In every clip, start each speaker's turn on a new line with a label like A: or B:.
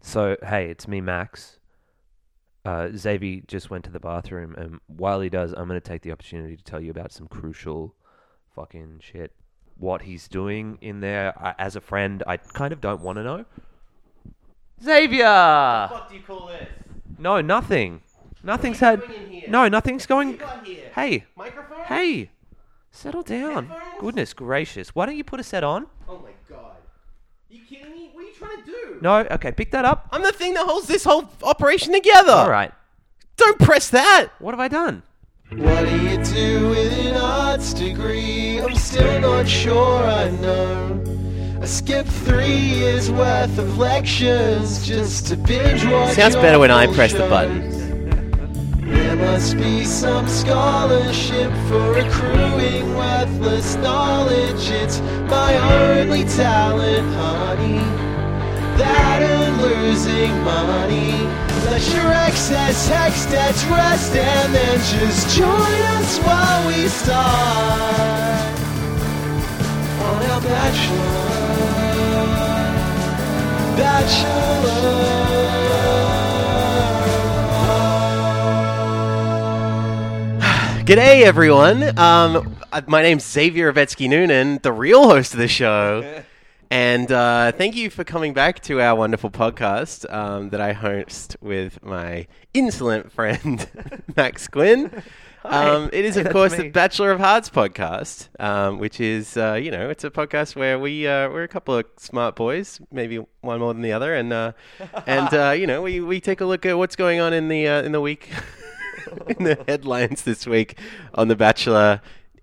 A: So, hey, it's me, Max. Uh, Xavier just went to the bathroom, and while he does, I'm going to take the opportunity to tell you about some crucial fucking shit. What he's doing in there, I, as a friend, I kind of don't want to know. Xavier!
B: What do you call this?
A: No, nothing. Nothing's had.
B: doing in here?
A: No, nothing's going.
B: got here?
A: Hey,
B: Microphone?
A: hey, settle down.
B: Headphones?
A: Goodness gracious. Why don't you put a set on?
B: Oh my god. You kidding me? What are you trying to do?
A: No, okay, pick that up.
B: I'm the thing that holds this whole operation together.
A: All right.
B: Oh. Don't press that.
A: What have I done?
C: What do you do with an arts degree? I'm still not sure I know. I skipped three years worth of lectures just to binge watch.
B: Sounds better when I
C: awful
B: press the
C: shows.
B: button.
C: There must be some scholarship for accruing worthless knowledge. It's my only talent, honey that and losing money. Let your excess hex debts rest and then just join us while we start on our bachelor. Bachelor.
B: G'day, everyone. Um, uh, my name's Xavier Ovetsky Noonan, the real host of the show. And uh, thank you for coming back to our wonderful podcast um, that I host with my insolent friend, Max Quinn. Um, it is,
A: Hey,
B: of
A: that's
B: course,
A: me.
B: the Bachelor of Hearts podcast, um, which is, uh, you know, it's a podcast where we uh, we're a couple of smart boys, maybe one more than the other, and uh, and uh, you know, we, we take a look at what's going on in the uh, in the week, in the headlines this week on the Bachelor,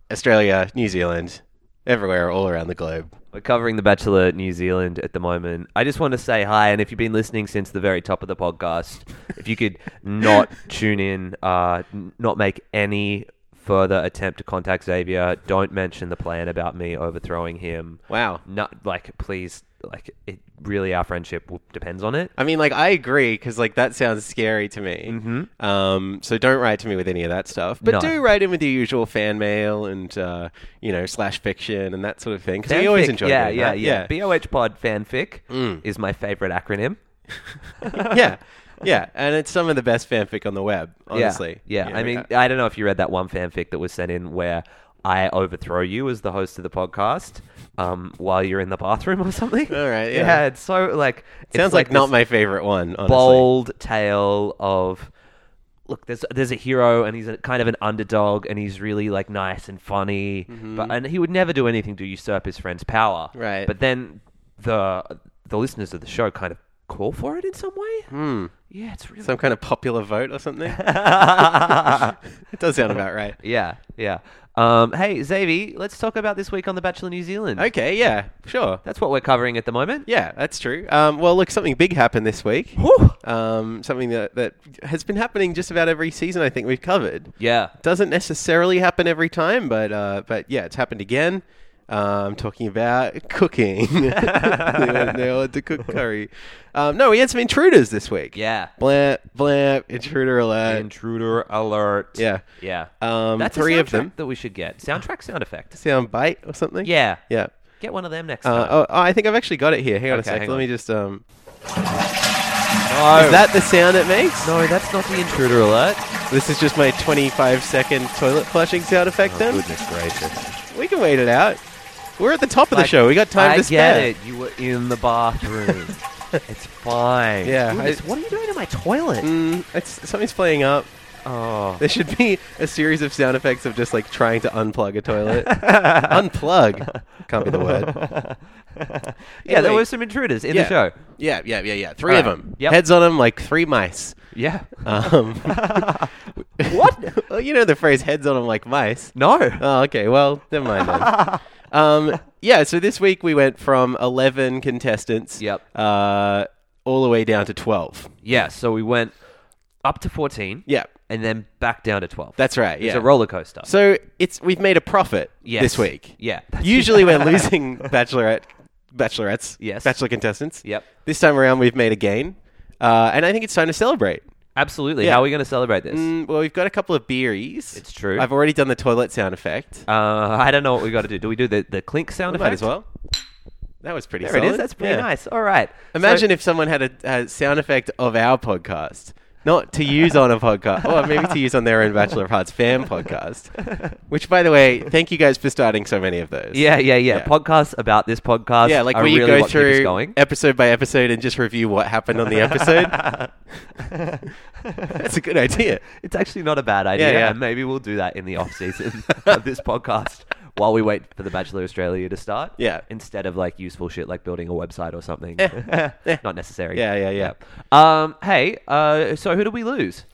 B: Australia, New Zealand, everywhere, all around the globe.
A: We're covering The Bachelor New Zealand at the moment. I just want to say hi, and if you've been listening since the very top of the podcast, if you could not tune in, uh, n- not make any further attempt to contact Xavier, don't mention the plan about me overthrowing him.
B: Wow.
A: Not like, please, like it really, our friendship w- depends on it.
B: I mean, like, I agree because, like, that sounds scary to me. Mm-hmm. Um, so don't write to me with any of that stuff, but
A: No.
B: do write in with your usual fan mail and, uh, you know, slash fiction and that sort of thing because we always
A: Fanfic,
B: enjoy
A: yeah,
B: doing
A: yeah,
B: that.
A: yeah, BOH Pod fanfic
B: Mm.
A: is my favorite acronym.
B: yeah, yeah, yeah. And it's some of the best fanfic on the web,
A: Yeah,
B: honestly.
A: Yeah,
B: You know, uh,
A: I mean, uh, I don't know if you read that one fanfic that was sent in where I overthrow you as the host of the podcast um, while you're in the bathroom or something.
B: All right, yeah.
A: it's so like it's
B: sounds like, not
A: this
B: my favorite one. Honestly.
A: bold tale of look. There's there's a hero and he's a, kind of an underdog and he's really like nice and funny, but and he would never do anything to usurp his friend's power.
B: Mm-hmm. Right.
A: But then the the listeners of the show kind of call for it in some way.
B: Hmm.
A: Yeah, it's really
B: Some kind of popular vote or something. it does sound about right.
A: Yeah, yeah. Um, hey, Xavi, let's talk about this week on The Bachelor New Zealand.
B: Okay, yeah, sure.
A: That's what we're covering at the moment.
B: Yeah, that's true. Um, well, look, something big happened this week.
A: Whew.
B: Um, something that, that has been happening just about every season, I think we've covered.
A: Yeah.
B: Doesn't necessarily happen every time, but uh, but yeah, it's happened again. Uh, I'm talking about cooking. they, went, they went to cook curry. Um, no, we had some intruders this week.
A: Yeah.
B: Blamp, blamp, intruder alert.
A: Intruder alert.
B: yeah.
A: Yeah.
B: Um,
A: That's
B: three
A: a
B: of them.
A: soundtrack that we should get. Soundtrack sound effects.
B: Sound bite or something?
A: Yeah.
B: Yeah.
A: Get one of them next
B: Uh,
A: time.
B: oh, oh, I think I've actually got it here. Hang on
A: Okay,
B: a sec.
A: hang
B: Let
A: on. Oh.
B: me just. Um,
A: no.
B: uh, Is that the sound it makes?
A: no, that's not the intruder alert.
B: This is just my 25 second toilet flushing sound effect then.
A: gracious.
B: We can wait it out. We're at the top of the
A: Like,
B: show. We got time
A: I
B: to spare.
A: get it. You were in the bathroom. it's fine.
B: Yeah,
A: Goodness,
B: I-
A: what are you doing to my toilet?
B: Mm, it's, something's playing up.
A: Oh.
B: There should be a series of sound effects of just like trying to unplug a toilet. unplug can't be the word.
A: yeah, there
B: Anyway.
A: were some intruders in
B: yeah.
A: the show.
B: Yeah, yeah, yeah, yeah. Three of
A: Alright.
B: them.
A: Yep.
B: Heads on them like three mice.
A: Yeah.
B: Um,
A: What?
B: well, you know the phrase "heads on them like mice."
A: No.
B: Oh, okay. Well, never mind then. um, yeah, so this week we went from 11 contestants
A: Yep.
B: uh, all the way down to 12.
A: yeah, so we went up to 14
B: Yeah,
A: and then back down to 12.
B: that's right.
A: It's
B: Yeah.
A: a roller coaster.
B: so it's we've made a profit
A: Yes.
B: this week.
A: Yeah.
B: Usually we're losing bachelorette bachelorettes,
A: Yes.
B: bachelor contestants.
A: Yep.
B: This time around we've made a gain. Uh, and I think it's time to celebrate.
A: Absolutely.
B: Yeah.
A: How are we going to celebrate this?
B: Mm, well, we've got a couple of beeries.
A: It's true.
B: I've already done the toilet sound effect.
A: Uh, I don't know what we got to do. Do we do the, the clink sound
B: We
A: effect?
B: might as well. That was pretty
A: There
B: solid.
A: it is. That's pretty
B: Yeah.
A: nice. All right.
B: Imagine if someone had a, a sound effect of our podcast, not to use on a podcast, or maybe to use on their own Bachelor of Hearts fan podcast. Which, by the way, thank you guys for starting so many of those.
A: Yeah, yeah, yeah.
B: Yeah.
A: Podcasts about this podcast.
B: Yeah, like
A: are
B: where you
A: really
B: go
A: what keep us
B: through
A: going.
B: episode by episode and just review what happened on the episode. That's a good idea.
A: It's actually not a bad idea,
B: yeah.
A: and maybe we'll do that in the off season of this podcast while we wait for the Bachelor Australia to start.
B: Yeah.
A: Instead of like useful shit like building a website or something.
B: Eh.
A: Not necessary.
B: Yeah, yeah, yeah.
A: Yeah. Um, hey, uh, so who do we lose?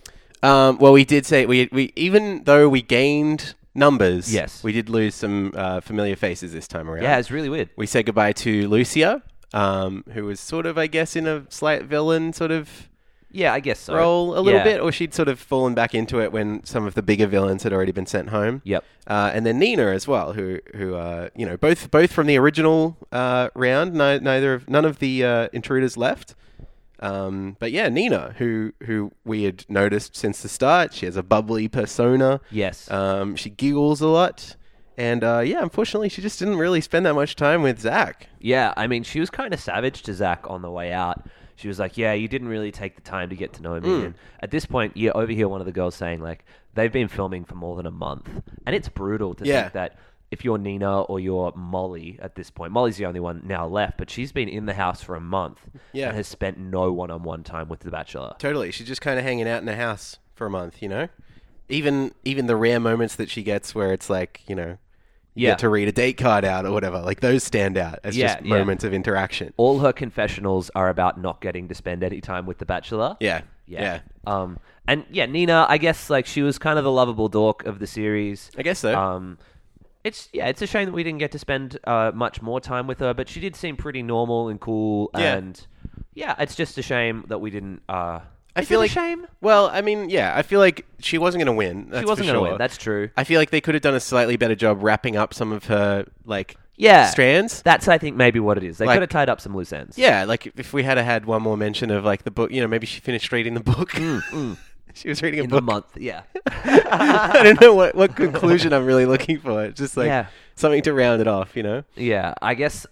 B: Um, well, we did say we we even though we gained numbers,
A: Yes.
B: we did lose some uh, familiar faces this time around.
A: Yeah, it's really weird.
B: we said goodbye to Lucia, um, who was sort of, I guess, in a slight villain sort of
A: Yeah, I guess so.
B: role a little
A: Yeah.
B: bit, or she'd sort of fallen back into it when some of the bigger villains had already been sent home.
A: Yep.
B: Uh, and then Nina as well, who who uh, you know both both from the original uh, round. No, neither of none of the uh, intruders left. Um, but yeah, Nina, who who we had noticed since the start, she has a bubbly persona.
A: Yes.
B: Um, she giggles a lot, and uh, yeah, unfortunately, she just didn't really spend that much time with Zach.
A: Yeah, I mean, she was kind of savage to Zach on the way out. She was like, "Yeah, you didn't really take the time to get to know me."
B: Mm.
A: And at this point, you overhear one of the girls saying, "Like they've been filming for more than a month," and it's brutal to
B: Yeah.
A: think that if you're Nina or you're Molly at this point, Molly's the only one now left, but she's been in the house for a month
B: Yeah.
A: and has spent no one-on-one time with the Bachelor.
B: Totally. She's just kind of hanging out in the house for a month, you know? Even even the rare moments that she gets where it's like, you know, you
A: Yeah.
B: get to read a date card out or whatever, like those stand out as
A: Yeah,
B: just
A: yeah.
B: moments of interaction.
A: All her confessionals are about not getting to spend any time with the Bachelor.
B: Yeah. Yeah.
A: yeah. Um, and yeah, Nina, I guess like she was kind of the lovable dork of the series.
B: I guess so.
A: Um, it's yeah, it's a shame that we didn't get to spend uh, much more time with her, but she did seem pretty normal and cool.
B: Yeah.
A: And yeah, it's just a shame that we didn't. Uh,
B: I
A: is
B: feel
A: it
B: like
A: a shame.
B: Well, I mean, yeah, I feel like she wasn't going to win. That's
A: She
B: for
A: wasn't going to
B: sure.
A: win. That's true.
B: I feel like they could have done a slightly better job wrapping up some of her like
A: Yeah.
B: strands.
A: That's I think maybe what it is. They
B: Like-
A: could have tied up some loose ends.
B: yeah, like if we had had one more mention of like the book, you know, maybe she finished reading the book. she was reading
A: Mm,
B: a
A: in
B: book.
A: the month. Yeah.
B: I don't know what, what conclusion I'm really looking for. It's just like
A: Yeah.
B: something to round it off, you know?
A: yeah. I guess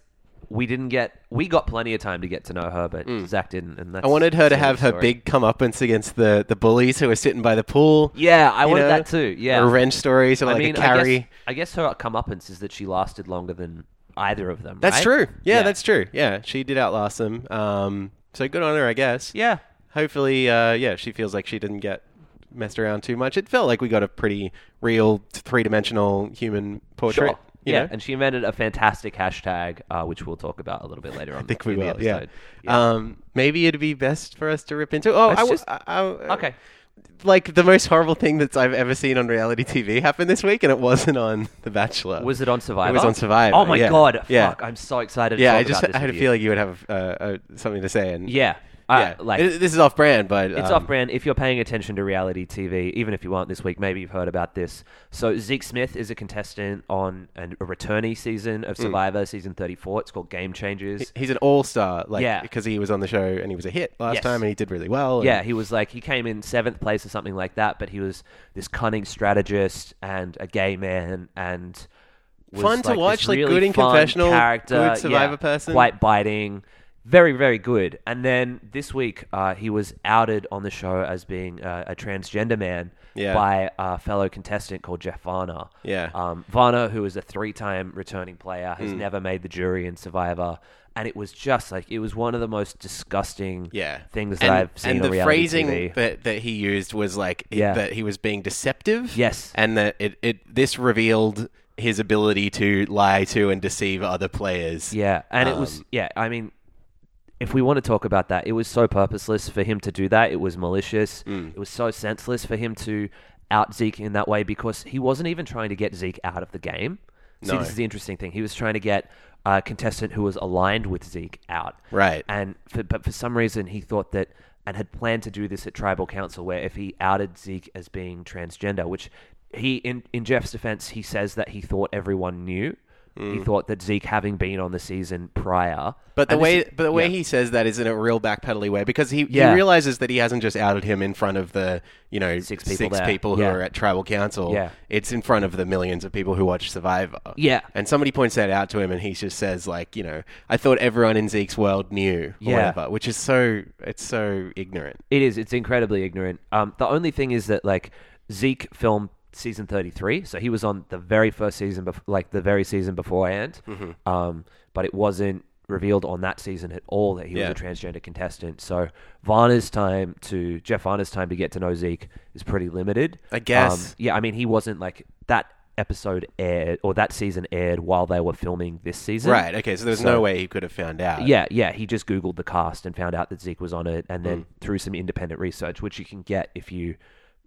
A: we didn't get. We got plenty of time to get to know her, but Zach didn't. And that's
B: Mm. I wanted her
A: sort
B: to
A: of
B: have
A: the
B: her
A: story.
B: big comeuppance against the, the bullies who were sitting by the pool.
A: Yeah, I
B: you
A: wanted
B: know?
A: that too. Yeah.
B: Revenge stories or like a carry.
A: I guess, I guess her comeuppance is that she lasted longer than either of them.
B: that's
A: right?
B: true. Yeah, that's true. Yeah, she did outlast them. Um, so good on her, I guess.
A: yeah.
B: Hopefully, uh, yeah, she feels like she didn't get messed around too much. It felt like we got a pretty real three dimensional human portrait.
A: Sure.
B: you
A: yeah,
B: know?
A: and she invented a fantastic hashtag, uh, which we'll talk about a little bit later on.
B: think we
A: in the
B: will. Yeah.
A: episode. Yeah.
B: Um, maybe it'd be best for us to rip into. Oh,
A: Let's
B: I was
A: just-
B: I, I,
A: okay.
B: Like the most horrible thing that I've ever seen on reality TV happened this week, and it wasn't on The Bachelor.
A: Was it on Survivor?
B: It was on Survivor.
A: Oh my
B: yeah.
A: god!
B: Yeah.
A: Fuck! I'm so excited. To
B: yeah,
A: talk
B: I just
A: about this
B: I had a
A: with you.
B: feeling you would have uh, uh, something to say. And
A: Yeah. Uh,
B: yeah.
A: Like
B: It- this is off brand, but
A: It's
B: um,
A: off brand. If you're paying attention to reality TV, even if you aren't this week, maybe you've heard about this. So, Zeke Smith is a contestant on an, a returnee season
B: Hmm.
A: of Survivor, season 34. It's called Game Changers.
B: He's an all star, like
A: Yeah.
B: because he was on the show and he was a hit last
A: Yes.
B: time, and he did really well. and-
A: Yeah, he was like, he came in seventh place or something like that, but he was this cunning strategist and a gay man and. was,
B: Fun to
A: this
B: watch, like,
A: really
B: good in
A: fun
B: confessional,
A: character,
B: good
A: yeah,
B: Survivor person.
A: Quite biting. Very, very good. And then this week, uh, he was outed on the show as being uh, a transgender man
B: Yeah.
A: by a fellow contestant called Jeff Varner.
B: Yeah. Hmm.
A: Um, Varner, who is a three time returning player, has never made the jury in Survivor. And it was just like, it was one of the most disgusting
B: yeah
A: things that
B: and,
A: I've seen
B: and
A: on
B: the
A: reality
B: phrasing
A: TV.
B: that that he used was like i-
A: Yeah.
B: that he was being deceptive
A: Yes.
B: and that it, it this revealed his ability to lie to and deceive other players
A: yeah, and it
B: Um,
A: was yeah. I mean, if we want to talk about that, it was so purposeless for him to do that. It was malicious.
B: Hmm.
A: It was so senseless for him to out Zeke in that way because he wasn't even trying to get Zeke out of the game. See,
B: No.
A: this is the interesting thing. He was trying to get a contestant who was aligned with Zeke out.
B: Right.
A: And for, but for some reason, he thought that and had planned to do this at tribal council, where if he outed Zeke as being transgender, which he in in Jeff's defense, he says that he thought everyone knew. he thought that Zeke, having been on the season prior,
B: Hmm. But the
A: and this
B: way,
A: is-
B: but the way
A: yeah.
B: he says that is in a real backpedally way because he,
A: Yeah.
B: he realizes that he hasn't just outed him in front of the you know
A: Six people there.
B: people who
A: Yeah.
B: are at tribal council.
A: Yeah.
B: It's in front of the millions of people who watch Survivor.
A: Yeah.
B: And somebody points that out to him, and he just says like, you know, I thought everyone in Zeke's world knew, or
A: Yeah.
B: whatever, which is so it's so ignorant.
A: It is. It's incredibly ignorant. Um, the only thing is that like Zeke filmed season thirty three, so he was on the very first season, bef- like the very season beforehand.
B: Mm-hmm.
A: Um, but it wasn't revealed on that season at all that he
B: Yeah.
A: was a transgender contestant. So Varner's time to Jeff Varner's time to get to know Zeke is pretty limited.
B: I guess.
A: Um, yeah, I mean he wasn't like that episode aired or that season aired while they were filming this season.
B: Right. Okay. So there's no way he could have found out.
A: Yeah, yeah. He just Googled the cast and found out that Zeke was on it, and
B: Hmm.
A: then through some independent research, which you can get if you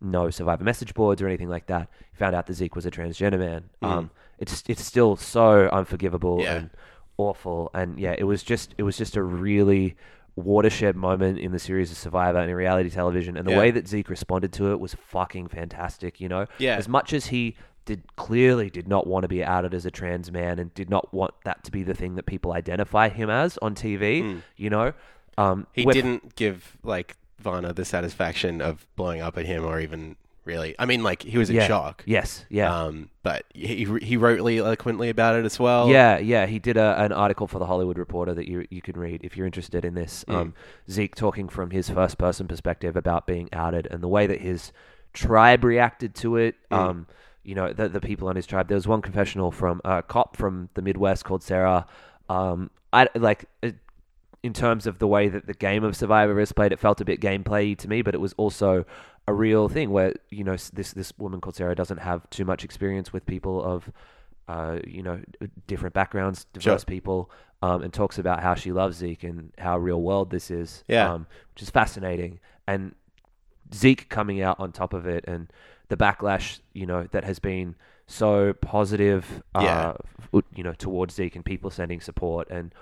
A: know survivor message boards or anything like that, he found out that Zeke was a transgender man. Um, it's it's still so unforgivable
B: Hmm. Yeah.
A: and awful, and yeah, it was just it was just a really watershed moment in the series of Survivor and in reality television, and the
B: Yeah.
A: way that Zeke responded to it was fucking fantastic. You know,
B: Yeah.
A: as much as he did clearly did not want to be outed as a trans man and did not want that to be the thing that people identify him as on TV, you know. Um,
B: Hmm. He
A: with-
B: didn't give like Varna the satisfaction of blowing up at him, or even really. I mean, like he was in
A: yeah,
B: shock.
A: Yes, yeah,
B: Um, but he he wrote really eloquently about it as well.
A: yeah, yeah. He did a, an article for the Hollywood Reporter that you you can read if you're interested in this.
B: Hmm.
A: Um, Zeke talking from his first person perspective about being outed and the way that his tribe reacted to it.
B: Hmm.
A: Um, you know, the, the people on his tribe. There was one confessional from a cop from the Midwest called Sarah. Um, I like. It, in terms of the way that the game of Survivor is played, it felt a bit gameplay to me, but it was also a real thing where you know s- this this woman called Sarah doesn't have too much experience with people of uh, you know d- different backgrounds, diverse
B: Sure.
A: people, um, and talks about how she loves Zeke and how real world this is,
B: Yeah.
A: um, which is fascinating. And Zeke coming out on top of it and the backlash, you know, that has been so positive,
B: Yeah.
A: uh, f- you know, towards Zeke and people sending support. And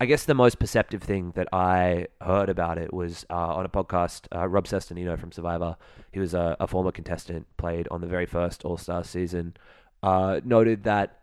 A: I guess the most perceptive thing that I heard about it was uh, on a podcast, uh, Rob Sestanino from Survivor, he was a, a former contestant, played on the very first All Star season, uh, noted that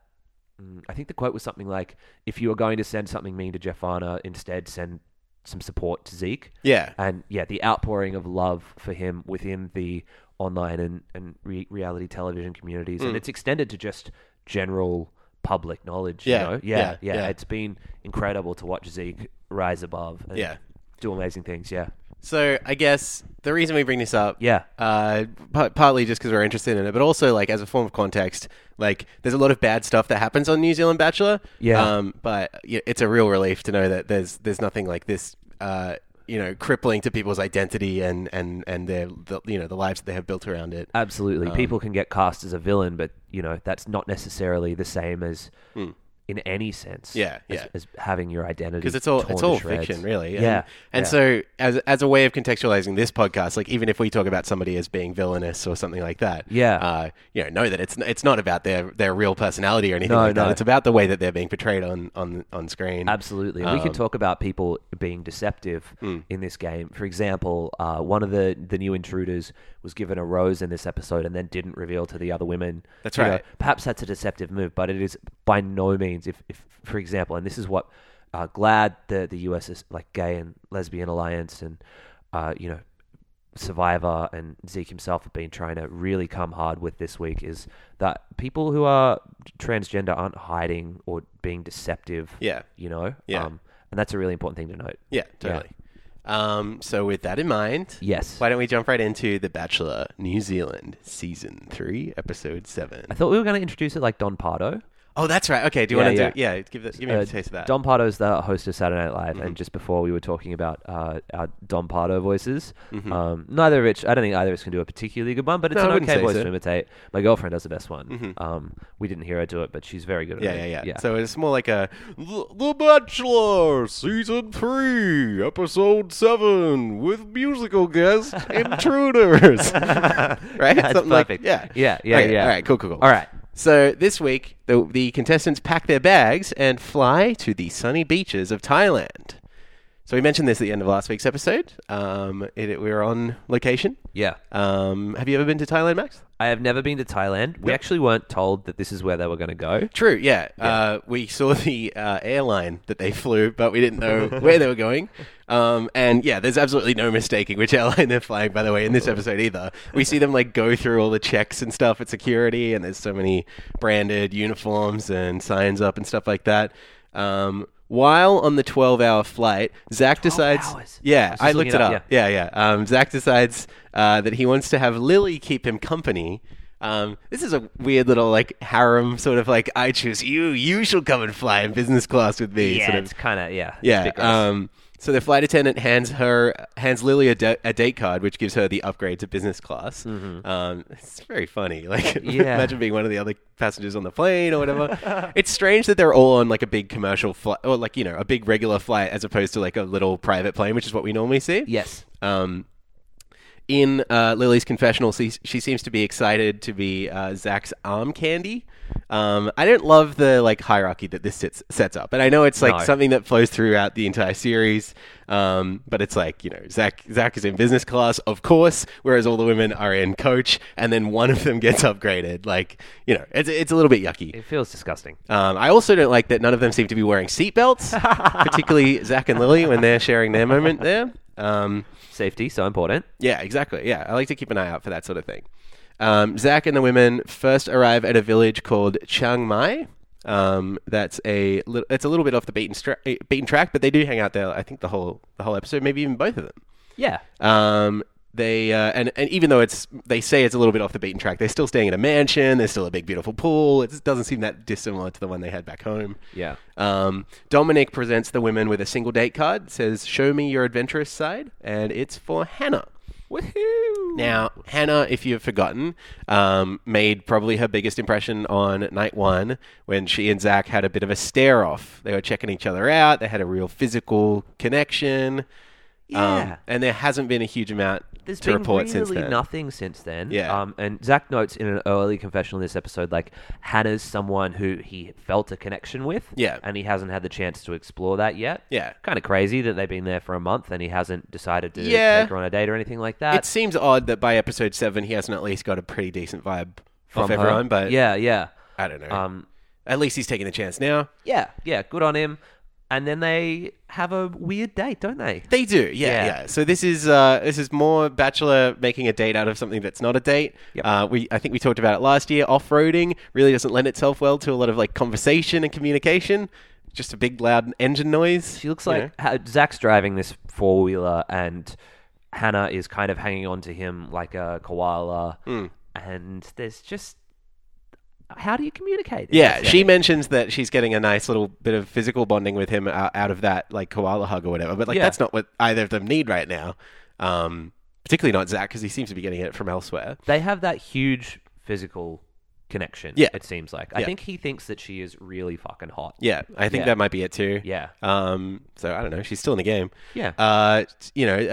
A: Mm, I think the quote was something like, "If you are going to send something mean to Jeff Varner, instead send some support to Zeke."
B: Yeah.
A: And yeah, the outpouring of love for him within the online and and re- reality television communities,
B: Mm.
A: and it's extended to just general public knowledge.
B: Yeah,
A: you know?
B: yeah,
A: yeah, yeah,
B: yeah.
A: It's been incredible to watch Zeke rise above. And
B: Yeah.
A: do amazing things. Yeah,
B: So I guess the reason we bring this up,
A: Yeah.
B: uh, par- partly just because we're interested in it, but also like as a form of context, like there's a lot of bad stuff that happens on New Zealand Bachelor.
A: Yeah.
B: Um, but y- it's a real relief to know that there's there's nothing like this. Uh, you know, crippling to people's identity and and and their the, you know the lives that they have built around it.
A: absolutely.
B: Um,
A: People can get cast as a villain, but you know that's not necessarily the same as. In any sense,
B: Hmm. Yeah,
A: as-
B: yeah.
A: as, having your identity
B: because it's all
A: torn
B: it's
A: to
B: all
A: shreds.
B: fiction, really. And,
A: Yeah,
B: and
A: yeah.
B: so as as a way of contextualizing this podcast, like even if we talk about somebody as being villainous or something like that,
A: Yeah.
B: uh, you know, know that it's it's not about their their real personality or anything
A: No,
B: like that.
A: no.
B: It's about the way that they're being portrayed on on on screen.
A: Absolutely. And we
B: Um,
A: can talk about people being deceptive
B: hmm.
A: in this game. For example, uh, one of the, the new intruders was given a rose in this episode and then didn't reveal to the other women.
B: That's
A: You know,
B: right.
A: perhaps that's a deceptive move, but it is by no means, if, if for example, and this is what uh, GLAD, the, the US is like Gay and Lesbian Alliance and, uh, you know, Survivor and Zeke himself have been trying to really come hard with this week is that people who are transgender aren't hiding or being deceptive
B: Yeah.
A: you know?
B: Yeah.
A: Um, and that's a really important thing to note.
B: Yeah, totally. Um, so with that in mind,
A: Yes.
B: why don't we jump right into The Bachelor New Zealand season three, episode seven?
A: I thought we were going to introduce it like Don Pardo.
B: Oh, that's right. Okay, do you
A: Yeah,
B: want to
A: yeah.
B: do? Yeah, give that, give me
A: Uh,
B: a taste of that. Mm-hmm.
A: Don Pardo's the host of Saturday Night Live, and just before we were talking about uh, our Don Pardo voices. Um, neither of which, I don't think either of us can do a particularly good one, but it's
B: Mm-hmm. No, I
A: an
B: wouldn't
A: okay
B: say
A: voice
B: so.
A: to imitate. My girlfriend does the best one. Um, we didn't hear her do it, but she's very good at
B: Mm-hmm. Yeah,
A: it.
B: yeah, yeah, So it's more like a The The Bachelor season three, episode seven, with musical guest intruders. right?
A: That's
B: Something like-
A: perfect.
B: yeah,
A: Yeah, yeah,
B: Okay,
A: yeah.
B: All right, cool, cool, cool.
A: All right.
B: So this week, the the contestants pack their bags and fly to the sunny beaches of Thailand. So we mentioned this at the end of last week's episode. Um, it, we were on location.
A: Yeah.
B: Um, have you ever been to Thailand, Max?
A: I have never been to Thailand. We actually weren't told that this is where they were going to go.
B: True, yeah. Uh, we saw the uh, airline that they flew, but we didn't know where they were going. Um, and yeah, there's absolutely no mistaking which airline they're flying, by the way, in this episode either. We see them like go through all the checks and stuff at security, and there's so many branded uniforms and signs up and stuff like that. Um, while on the 12 hour flight, Zach decides.
A: hours? I
B: Yeah,
A: was just
B: I,
A: looking it
B: looked it
A: up,
B: up. Yeah, yeah. Um, Zach decides uh, that he wants to have Lily keep him company. Um, this is a weird little like harem sort of like I choose you, you shall come and fly in business class with me. sort of.
A: it's kind of yeah, it's
B: yeah.
A: big gross.
B: Um, so the flight attendant hands her hands Lily a, da- a date card, which gives her the upgrade to business class. Um, it's very funny. Like
A: Mm-hmm. Yeah.
B: imagine being one of the other passengers on the plane or whatever. it's strange that they're all on like a big commercial flight or like you know a big regular flight as opposed to like a little private plane, which is what we normally see.
A: yes,
B: Um, in uh, Lily's confessional, she, she seems to be excited to be uh, Zach's arm candy. Um, I don't love the like hierarchy that this sits, sets up, and I know it's like
A: No.
B: something that flows throughout the entire series. Um, but it's like you know, Zach Zach is in business class, of course, whereas all the women are in coach, and then one of them gets upgraded. Like you know, it's it's a little bit yucky.
A: it feels disgusting.
B: Um, I also don't like that none of them seem to be wearing seatbelts, particularly Zach and Lily when they're sharing their moment there. Um,
A: Safety so important.
B: yeah, exactly. Yeah, I like to keep an eye out for that sort of thing. Um, Zach and the women first arrive at a village called Chiang Mai. Um, that's a lit- it's a little bit off the beaten stra- eh, beaten track, but they do hang out there. I think the whole the whole episode, maybe even both of them.
A: Yeah,
B: Um, they uh, and and even though it's they say it's a little bit off the beaten track, they're still staying in a mansion. There's still a big beautiful pool. It doesn't seem that dissimilar to the one they had back home.
A: yeah.
B: Um, Dominic presents the women with a single date card. Says, "Show me your adventurous side," and it's for Hannah.
A: Woohoo!
B: Now, Hannah, if you've forgotten, um, made probably her biggest impression on night one when she and Zach had a bit of a stare off. They were checking each other out, they had a real physical connection. Um,
A: Yeah.
B: and there hasn't been a huge amount
A: There's
B: to
A: been
B: report
A: really
B: since then.
A: nothing since then.
B: Yeah.
A: Um, and Zach notes in an early confessional in this episode, like Hannah's someone who he felt a connection with.
B: Yeah.
A: And he hasn't had the chance to explore that yet.
B: Yeah.
A: Kind of crazy that they've been there for a month and he hasn't decided to
B: Yeah.
A: take her on a date or anything like that.
B: It seems odd that by episode seven, he hasn't at least got a pretty decent vibe
A: from
B: off
A: her.
B: everyone, but
A: yeah, yeah.
B: I don't know.
A: Um,
B: at least he's taking the chance now.
A: yeah, yeah. Good on him. And then they have a weird date, don't they?
B: They do,
A: Yeah.
B: yeah, yeah. So this is uh, this is more bachelor making a date out of something that's not a date.
A: Yep.
B: Uh, we I think we talked about it last year. Off roading really doesn't lend itself well to a lot of like conversation and communication. Just a big loud engine noise.
A: She looks
B: you
A: like
B: know?
A: ha- Zach's driving this four wheeler, and Hannah is kind of hanging on to him like a koala.
B: Hmm.
A: And there's just how do you communicate? in
B: Yeah,
A: this
B: she
A: setting?
B: mentions that she's getting a nice little bit of physical bonding with him uh, out, out of that like koala hug or whatever. But like
A: Yeah.
B: that's not what either of them need right now. Um, particularly not Zach because he seems to be getting it from elsewhere.
A: They have that huge physical connection.
B: Yeah.
A: it seems like. I
B: Yeah.
A: think he thinks that she is really fucking hot.
B: Yeah, I think
A: Yeah.
B: that might be it too.
A: Yeah.
B: Um, so I don't know. She's still in the game.
A: Yeah.
B: Uh, t- you know, uh,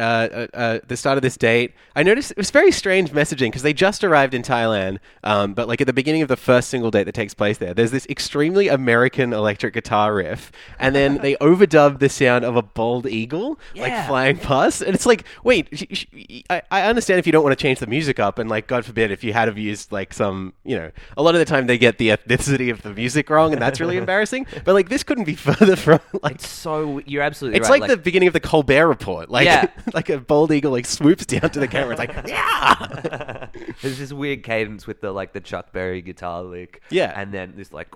B: uh, uh, the start of this date, I noticed it was very strange messaging because they just arrived in Thailand. Um, but like at the beginning of the first single date that takes place there, there's this extremely American electric guitar riff, and then they overdub the sound of a bald eagle
A: Yeah.
B: like flying past, and it's like, wait, sh- sh- I, I understand if you don't want to change the music up, and like God forbid if you had have used like some, you know, a lot of the time they get the ethnicity of the music wrong, and that's really embarrassing. But like this couldn't be further from like
A: It's so you're absolutely.
B: it's
A: right.
B: like, the beginning of the Colbert Report. Like
A: Yeah.
B: like a bald eagle like swoops down to the camera. It's like yeah.
A: There's this weird cadence with the like the Chuck Berry guitar lick.
B: Yeah.
A: and then this like.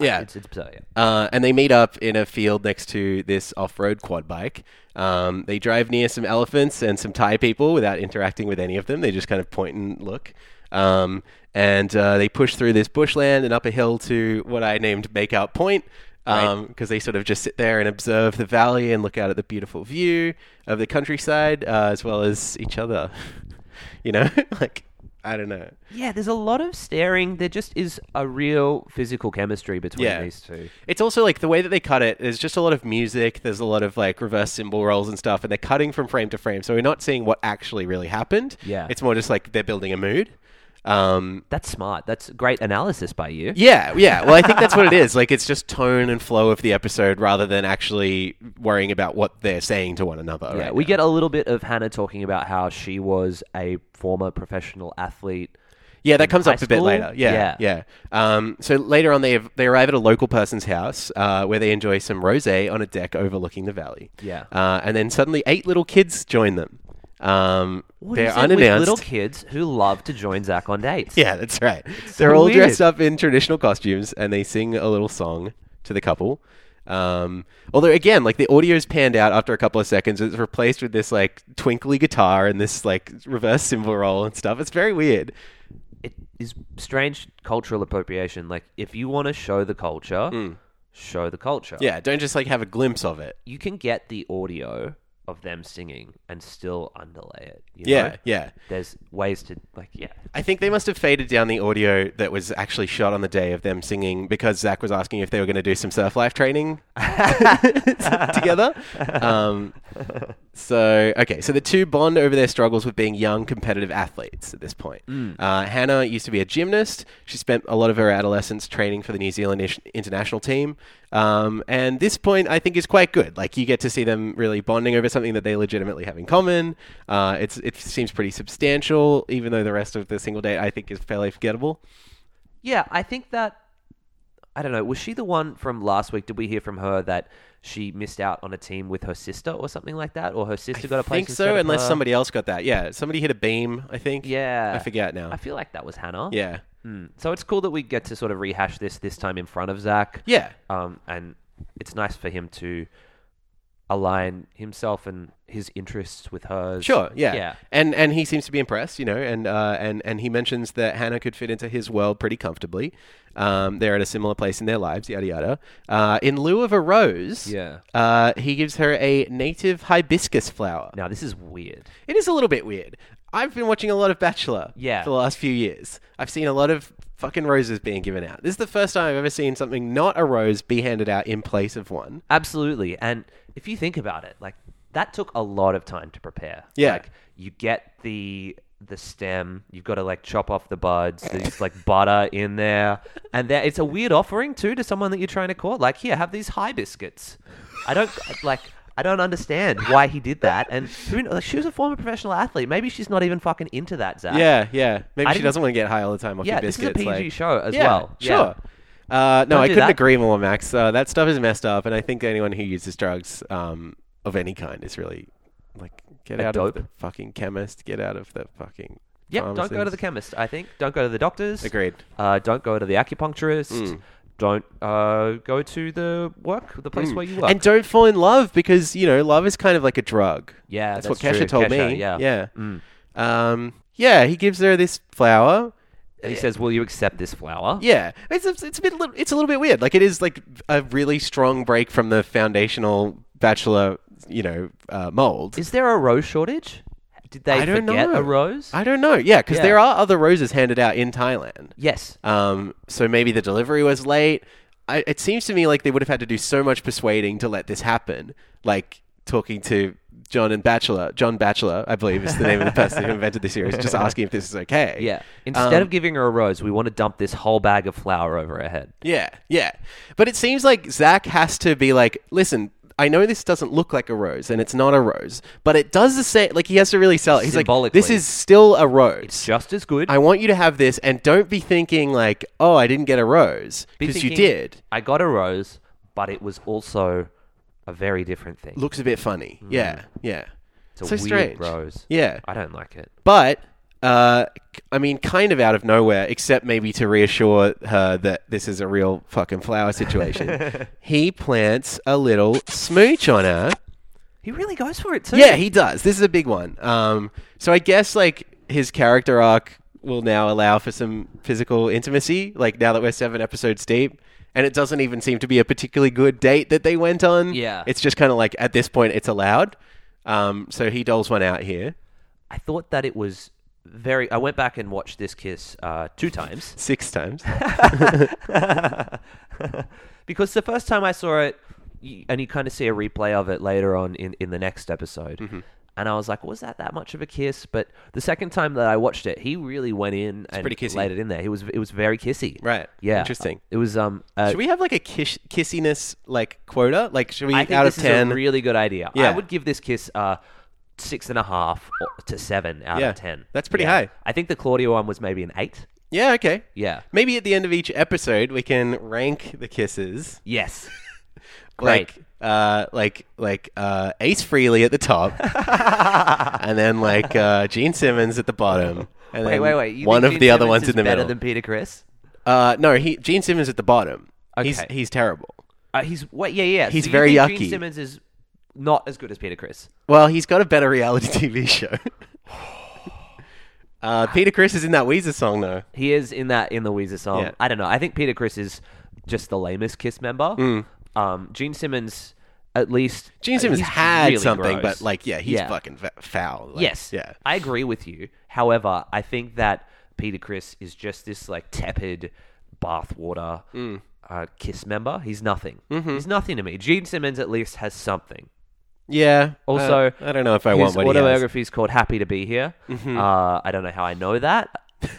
B: Yeah.
A: it's, it's bizarre, yeah.
B: Uh, and they meet up in a field next to this off-road quad bike. Um, they drive near some elephants and some Thai people without interacting with any of them. They just kind of point and look. Um, and uh, they push through this bushland and up a hill to what I named Makeout Point. Because they sort of just sit there and observe the valley and look out at the beautiful view of the countryside, uh, as well as each other. you know, like I don't know.
A: Yeah, there's a lot of staring. There just is a real physical chemistry between
B: Yeah.
A: these two.
B: It's also like the way that they cut it. There's just a lot of music. There's a lot of like reverse cymbal rolls and stuff, and they're cutting from frame to frame. So we're not seeing what actually really happened.
A: Yeah.
B: it's more just like they're building a mood. Um,
A: That's smart. That's great analysis by you.
B: yeah, yeah. Well, I think that's what it is. Like it's just tone and flow of the episode rather than actually worrying about what they're saying to one another.
A: Yeah,
B: right
A: we
B: now.
A: get a little bit of Hannah talking about how she was a former professional athlete
B: Yeah, that comes
A: high
B: up a bit
A: school?
B: later. Yeah, yeah. Um, so later on, they have, they arrive at a local person's house uh, where they enjoy some rosé on a deck overlooking the valley.
A: Yeah.
B: uh, and then suddenly eight little kids join them. Um,
A: What
B: they're
A: is it with
B: unannounced.
A: little kids who love to join Zach on dates.
B: yeah, that's right.
A: so
B: They're all
A: weird.
B: dressed up in traditional costumes and they sing a little song to the couple. Um, although again, like the audio's panned out after a couple of seconds, it's replaced with this like twinkly guitar and this like reverse cymbal roll and stuff. It's very weird.
A: It is strange cultural appropriation. Like, if you want to show the culture, show the culture.
B: Yeah, don't just like have a glimpse of it.
A: You can get the audio of them singing and still underlay it. you
B: Yeah,
A: know?
B: yeah.
A: There's ways to, like, yeah.
B: I think they must have faded down the audio that was actually shot on the day of them singing because Zach was asking if they were going to do some surf life training together. Um, so, okay, so the two bond over their struggles with being young competitive athletes at this point.
A: Mm.
B: Uh, Hannah used to be a gymnast. She spent a lot of her adolescence training for the New Zealand ish- international team. Um, and this point, I think, is quite good. Like, you get to see them really bonding over something that they legitimately have in common. Uh, it's, it seems pretty substantial, even though the rest of the single date, I think, is fairly forgettable.
A: Yeah, I think that I don't know. Was she the one from last week? Did we hear from her that she missed out on a team with her sister or something like that, or her sister got a
B: I
A: place?
B: think
A: instead
B: so,
A: of
B: unless
A: her?
B: somebody else got that. Yeah, somebody hit a beam, I think.
A: Yeah,
B: I forget now.
A: I feel like that was Hannah.
B: yeah.
A: Hmm. So it's cool that we get to sort of rehash this this time in front of Zach.
B: Yeah.
A: Um, and it's nice for him to align himself and his interests with hers.
B: Sure, yeah.
A: Yeah.
B: And and he seems to be impressed, you know, and uh, and and he mentions that Hannah could fit into his world pretty comfortably. Um, they're at a similar place in their lives, yada yada. Uh, in lieu of a rose,
A: Yeah.
B: uh, he gives her a native hibiscus flower.
A: Now this is weird.
B: It is a little bit weird. I've been watching a lot of Bachelor
A: Yeah.
B: for the last few years. I've seen a lot of fucking roses being given out. This is the first time I've ever seen something not a rose be handed out in place of one.
A: Absolutely. And if you think about it, like that took a lot of time to prepare.
B: Yeah.
A: Like you get the the stem, you've got to like chop off the buds, there's like butter in there. And there it's a weird offering too to someone that you're trying to court. Like, here, have these high biscuits. I don't like I don't understand why he did that. And who kn- like, she was a former professional athlete. Maybe she's not even fucking into that, Zach.
B: Yeah, yeah. Maybe
A: I
B: she
A: didn't-
B: doesn't want to get high all the time off
A: Yeah,
B: your
A: this is
B: biscuits.
A: a PG
B: like-
A: show as
B: Yeah,
A: well. Yeah.
B: Sure. Uh, no,
A: Don't
B: I
A: do
B: couldn't
A: that.
B: agree more, Max. Uh, that stuff is messed up, and I think anyone who uses drugs um, of any kind is really like get
A: A
B: out
A: dope.
B: of the fucking chemist, get out of the fucking.
A: Yep, don't go to the
B: pharmacist.
A: chemist, I think. Don't go to the doctors.
B: Agreed.
A: Uh, don't go to the acupuncturist.
B: Hmm.
A: Don't uh, go to the work, the
B: Hmm.
A: place where you work.
B: Mm. And don't fall in love because you know love is kind of like a drug.
A: yeah,
B: that's,
A: that's,
B: what Kesha
A: true.
B: told
A: Kesha,
B: me.
A: Yeah,
B: yeah,
A: Mm.
B: Um, yeah. He gives her this flower.
A: And he says, "Will you accept this flower?"
B: Yeah, it's a, it's a bit li- it's a little bit weird. Like it is like a really strong break from the foundational bachelor, you know, uh, mold.
A: Is there a rose shortage? Did they
B: I don't
A: forget
B: know.
A: a rose?
B: I don't know. Yeah, because
A: Yeah.
B: there are other roses handed out in Thailand.
A: yes.
B: Um, so maybe the delivery was late. I, it seems to me like they would have had to do so much persuading to let this happen. Like talking to John and Bachelor, John Bachelor, I believe is the name of the person who invented the series, just asking if this is okay.
A: Yeah. Instead
B: Um,
A: of giving her a rose, we want to dump this whole bag of flour over her head.
B: Yeah, yeah. But it seems like Zach has to be like, listen, I know this doesn't look like a rose and it's not a rose, but it does the same. Like, he has to really sell it. He's like, this
A: Symbolically.
B: is still a rose.
A: Just as good.
B: I want you to have this and don't be thinking, like, oh, I didn't get a rose
A: Be
B: because you
A: thinking,
B: did.
A: I got a rose, but it was also a very different thing.
B: Looks a bit funny. Yeah, yeah.
A: Mm. it's a
B: so
A: weird
B: strange.
A: rose.
B: Yeah.
A: I don't like it.
B: But uh, k- I mean, kind of out of nowhere, except maybe to reassure her that this is a real fucking flower situation. he plants a little smooch on her.
A: He really goes for it too.
B: Yeah, he does. This is a big one. Um, so I guess like his character arc will now allow for some physical intimacy. Like now that we're seven episodes deep, and it doesn't even seem to be a particularly good date that they went on.
A: Yeah.
B: it's just kind of like at this point it's allowed. Um, so he doles one out here.
A: I thought that it was very. I went back and watched this kiss uh, two times
B: Six times.
A: because the first time I saw it, y- and you kind of see a replay of it later on in, in the next episode.
B: Mm-hmm.
A: And I was like, was that that much of a kiss? But the second time that I watched it, he really went in and
B: pretty kissy.
A: laid it in there. He was it was very kissy.
B: Right.
A: Yeah.
B: Interesting.
A: It was um. Uh,
B: should we have like a kiss- kissiness like quota? Like should we
A: I think
B: out
A: this
B: of ten?
A: is a really good idea.
B: Yeah.
A: I would give this kiss uh, six and a half or- to seven out
B: Yeah.
A: of ten.
B: That's pretty
A: Yeah.
B: high.
A: I think the Claudia one was maybe an eight.
B: Yeah, okay.
A: Yeah.
B: Maybe at the end of each episode we can rank the kisses.
A: Yes.
B: Like uh like like uh Ace Freely at the top and then like uh Gene Simmons at the bottom. And
A: Wait,
B: then
A: wait, wait. You
B: one
A: think
B: of
A: Gene
B: the other
A: Simmons
B: ones
A: is
B: in the
A: better
B: middle.
A: than Peter Chris.
B: Uh no, he Gene Simmons at the bottom. He's
A: Okay.
B: he's terrible.
A: Uh, he's wait, yeah, yeah.
B: He's
A: so you
B: very
A: think Gene
B: yucky.
A: Simmons is not as good as Peter Chris.
B: Well, he's got a better reality TV show. uh Peter Chris is in that Weezer song though.
A: He is in that in the Weezer song.
B: Yeah.
A: I don't know. I think Peter Chris is just the lamest Kiss member. Um, Gene Simmons, at least
B: Mm. Gene
A: uh,
B: Simmons
A: he's
B: had
A: really
B: something,
A: gross.
B: but like, yeah, he's
A: Yeah.
B: fucking fa- foul. Like,
A: yes,
B: yeah.
A: I agree with you. However, I think that Peter Chris is just this like tepid bathwater
B: Mm.
A: uh, Kiss member. He's nothing.
B: Mm-hmm.
A: He's nothing to me. Gene Simmons at least has something.
B: Yeah.
A: Also,
B: uh, I don't know if I want
A: His
B: what he has. Mm-hmm.
A: autobiography is called "Happy to Be Here." Uh, I don't know how I know that.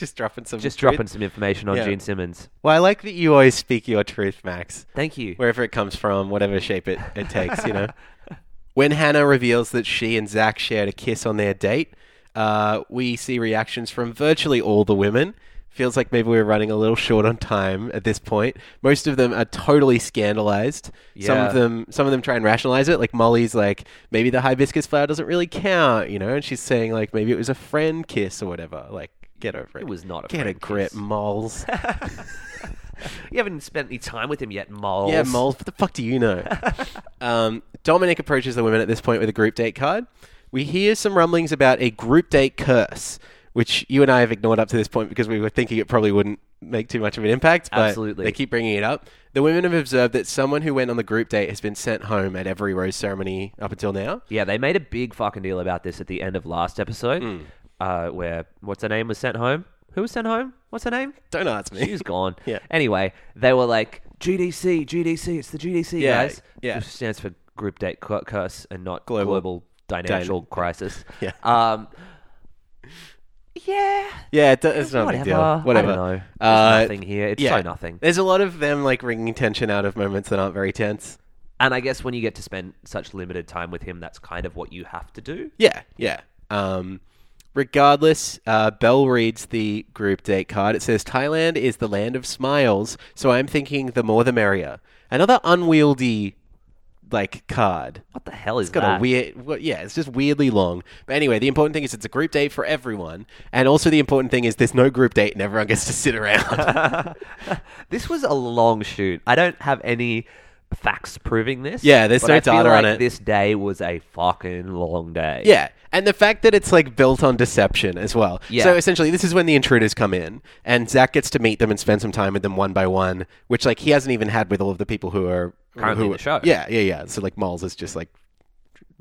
B: Just dropping some.
A: Just
B: truth.
A: dropping some information on
B: Yeah.
A: Gene Simmons.
B: Well, I like that you always speak your truth, Max,
A: Thank you.
B: wherever it comes from, whatever shape it, it takes, you know. When Hannah reveals that she and Zach shared a kiss on their date, uh, we see reactions from virtually all the women. Feels like maybe we're running a little short on time at this point. Most of them are totally scandalized. Some
A: Yeah.
B: of them, some of them try and rationalize it. Like Molly's, like maybe the hibiscus flower doesn't really count, you know. And she's saying like maybe it was a friend kiss or whatever. Like get over it.
A: It was not a
B: get a
A: friend
B: grip,
A: kiss.
B: moles.
A: You haven't spent any time with him yet, Moles.
B: Yeah, moles. What the fuck do you know? um, Dominic approaches the women at this point with a group date card. We hear some rumblings about a group date curse, which you and I have ignored up to this point because we were thinking it probably wouldn't make too much of an impact. But
A: Absolutely.
B: They keep bringing it up. The women have observed that someone who went on the group date has been sent home at every rose ceremony up until now.
A: Yeah, they made a big fucking deal about this at the end of last episode,
B: Mm.
A: uh, where what's her name was sent home. Who was sent home? What's her name?
B: Don't ask me.
A: She was gone.
B: Yeah.
A: Anyway, they were like GDC, GDC. It's the GDC,
B: Yeah,
A: guys.
B: yeah.
A: Which stands for Group Date Cur- Curse and not
B: Global
A: Global, Financial Crisis.
B: Yeah.
A: Um. Yeah.
B: yeah, it do- it's not a big
A: Whatever.
B: deal.
A: Whatever.
B: Whatever.
A: I don't know.
B: Uh,
A: There's nothing here. It's
B: yeah.
A: so nothing.
B: There's a lot of them like wringing tension out of moments that aren't very tense.
A: And I guess when you get to spend such limited time with him, that's kind of what you have to do.
B: Yeah, yeah. Um, regardless, uh, Bell reads the group date card. It says Thailand is the land of smiles, so I'm thinking the more the merrier. Another unwieldy like card.
A: What the hell is
B: It's got
A: that?
B: a weird, well, yeah. It's just weirdly long. But anyway, the important thing is it's a group date for everyone, and also the important thing is there's no group date and everyone gets to sit around.
A: this was a long shoot. I don't have any facts proving this.
B: Yeah, there's
A: but
B: no
A: I feel
B: data on
A: like
B: it.
A: This day was a fucking long day.
B: Yeah, and the fact that it's like built on deception as well.
A: Yeah.
B: So essentially, this is when the intruders come in, and Zach gets to meet them and spend some time with them one by one, which like he hasn't even had with all of the people who are
A: Currently
B: who,
A: in the show.
B: Yeah, yeah, yeah. So like Moles is just like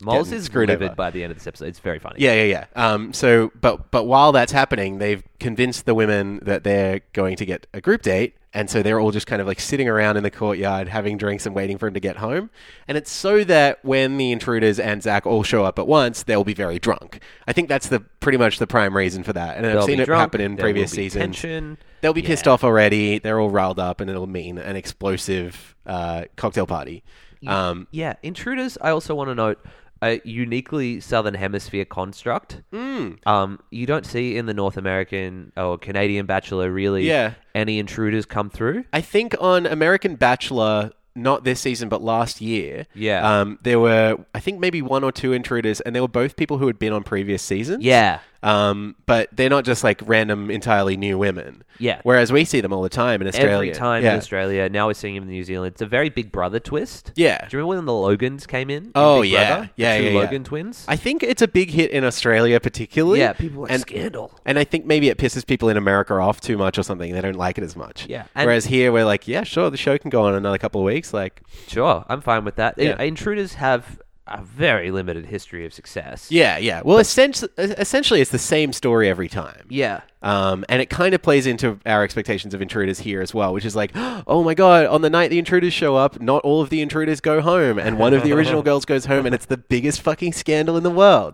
A: Moles
B: getting
A: is
B: screwed
A: livid
B: over.
A: by the end of this episode. It's very funny.
B: yeah, yeah, yeah. Um. So, but but while that's happening, they've convinced the women that they're going to get a group date. And so they're all just kind of like sitting around in the courtyard having drinks and waiting for him to get home. And it's so that when the intruders and Zach all show up at once, they'll be very drunk. I think that's the pretty much the prime reason for that. And
A: They'll
B: I've seen
A: be
B: it
A: drunk,
B: happen in
A: there
B: previous
A: will be
B: seasons.
A: Tension.
B: They'll be
A: Yeah.
B: pissed off already. They're all riled up, and it'll mean an explosive uh, cocktail party. Um,
A: Yeah, intruders. I also want to note a uniquely Southern Hemisphere construct.
B: Mm.
A: Um, you don't see in the North American or Canadian Bachelor really
B: Yeah.
A: any intruders come through.
B: I think on American Bachelor, not this season, but last year,
A: Yeah.
B: um, there were I think maybe one or two intruders, and they were both people who had been on previous seasons.
A: Yeah,
B: um, but they're not just like random, entirely new women.
A: Yeah.
B: whereas we see them all the time in Australia.
A: every time
B: yeah.
A: in Australia. Now we're seeing him in New Zealand. It's a very Big Brother twist.
B: Yeah.
A: Do you remember when the Logans came in? in
B: Oh,
A: Big
B: yeah.
A: Brother?
B: Yeah,
A: the two
B: yeah, yeah.
A: Logan twins.
B: I think it's a big hit in Australia, particularly.
A: Yeah, people like
B: and,
A: scandal.
B: and I think maybe it pisses people in America off too much or something. They don't like it as much.
A: Yeah, and-
B: Whereas here, we're like, yeah, sure, the show can go on another couple of weeks. Like,
A: Sure, I'm fine with that. Uh,
B: Yeah.
A: Intruders have a very limited history of success.
B: yeah, yeah. Well, essentially, essentially, it's the same story every time.
A: Yeah.
B: Um, and it kind of plays into our expectations of intruders here as well, which is like, oh my god, on the night the intruders show up, not all of the intruders go home, and one of the original girls goes home, and it's the biggest fucking scandal in the world.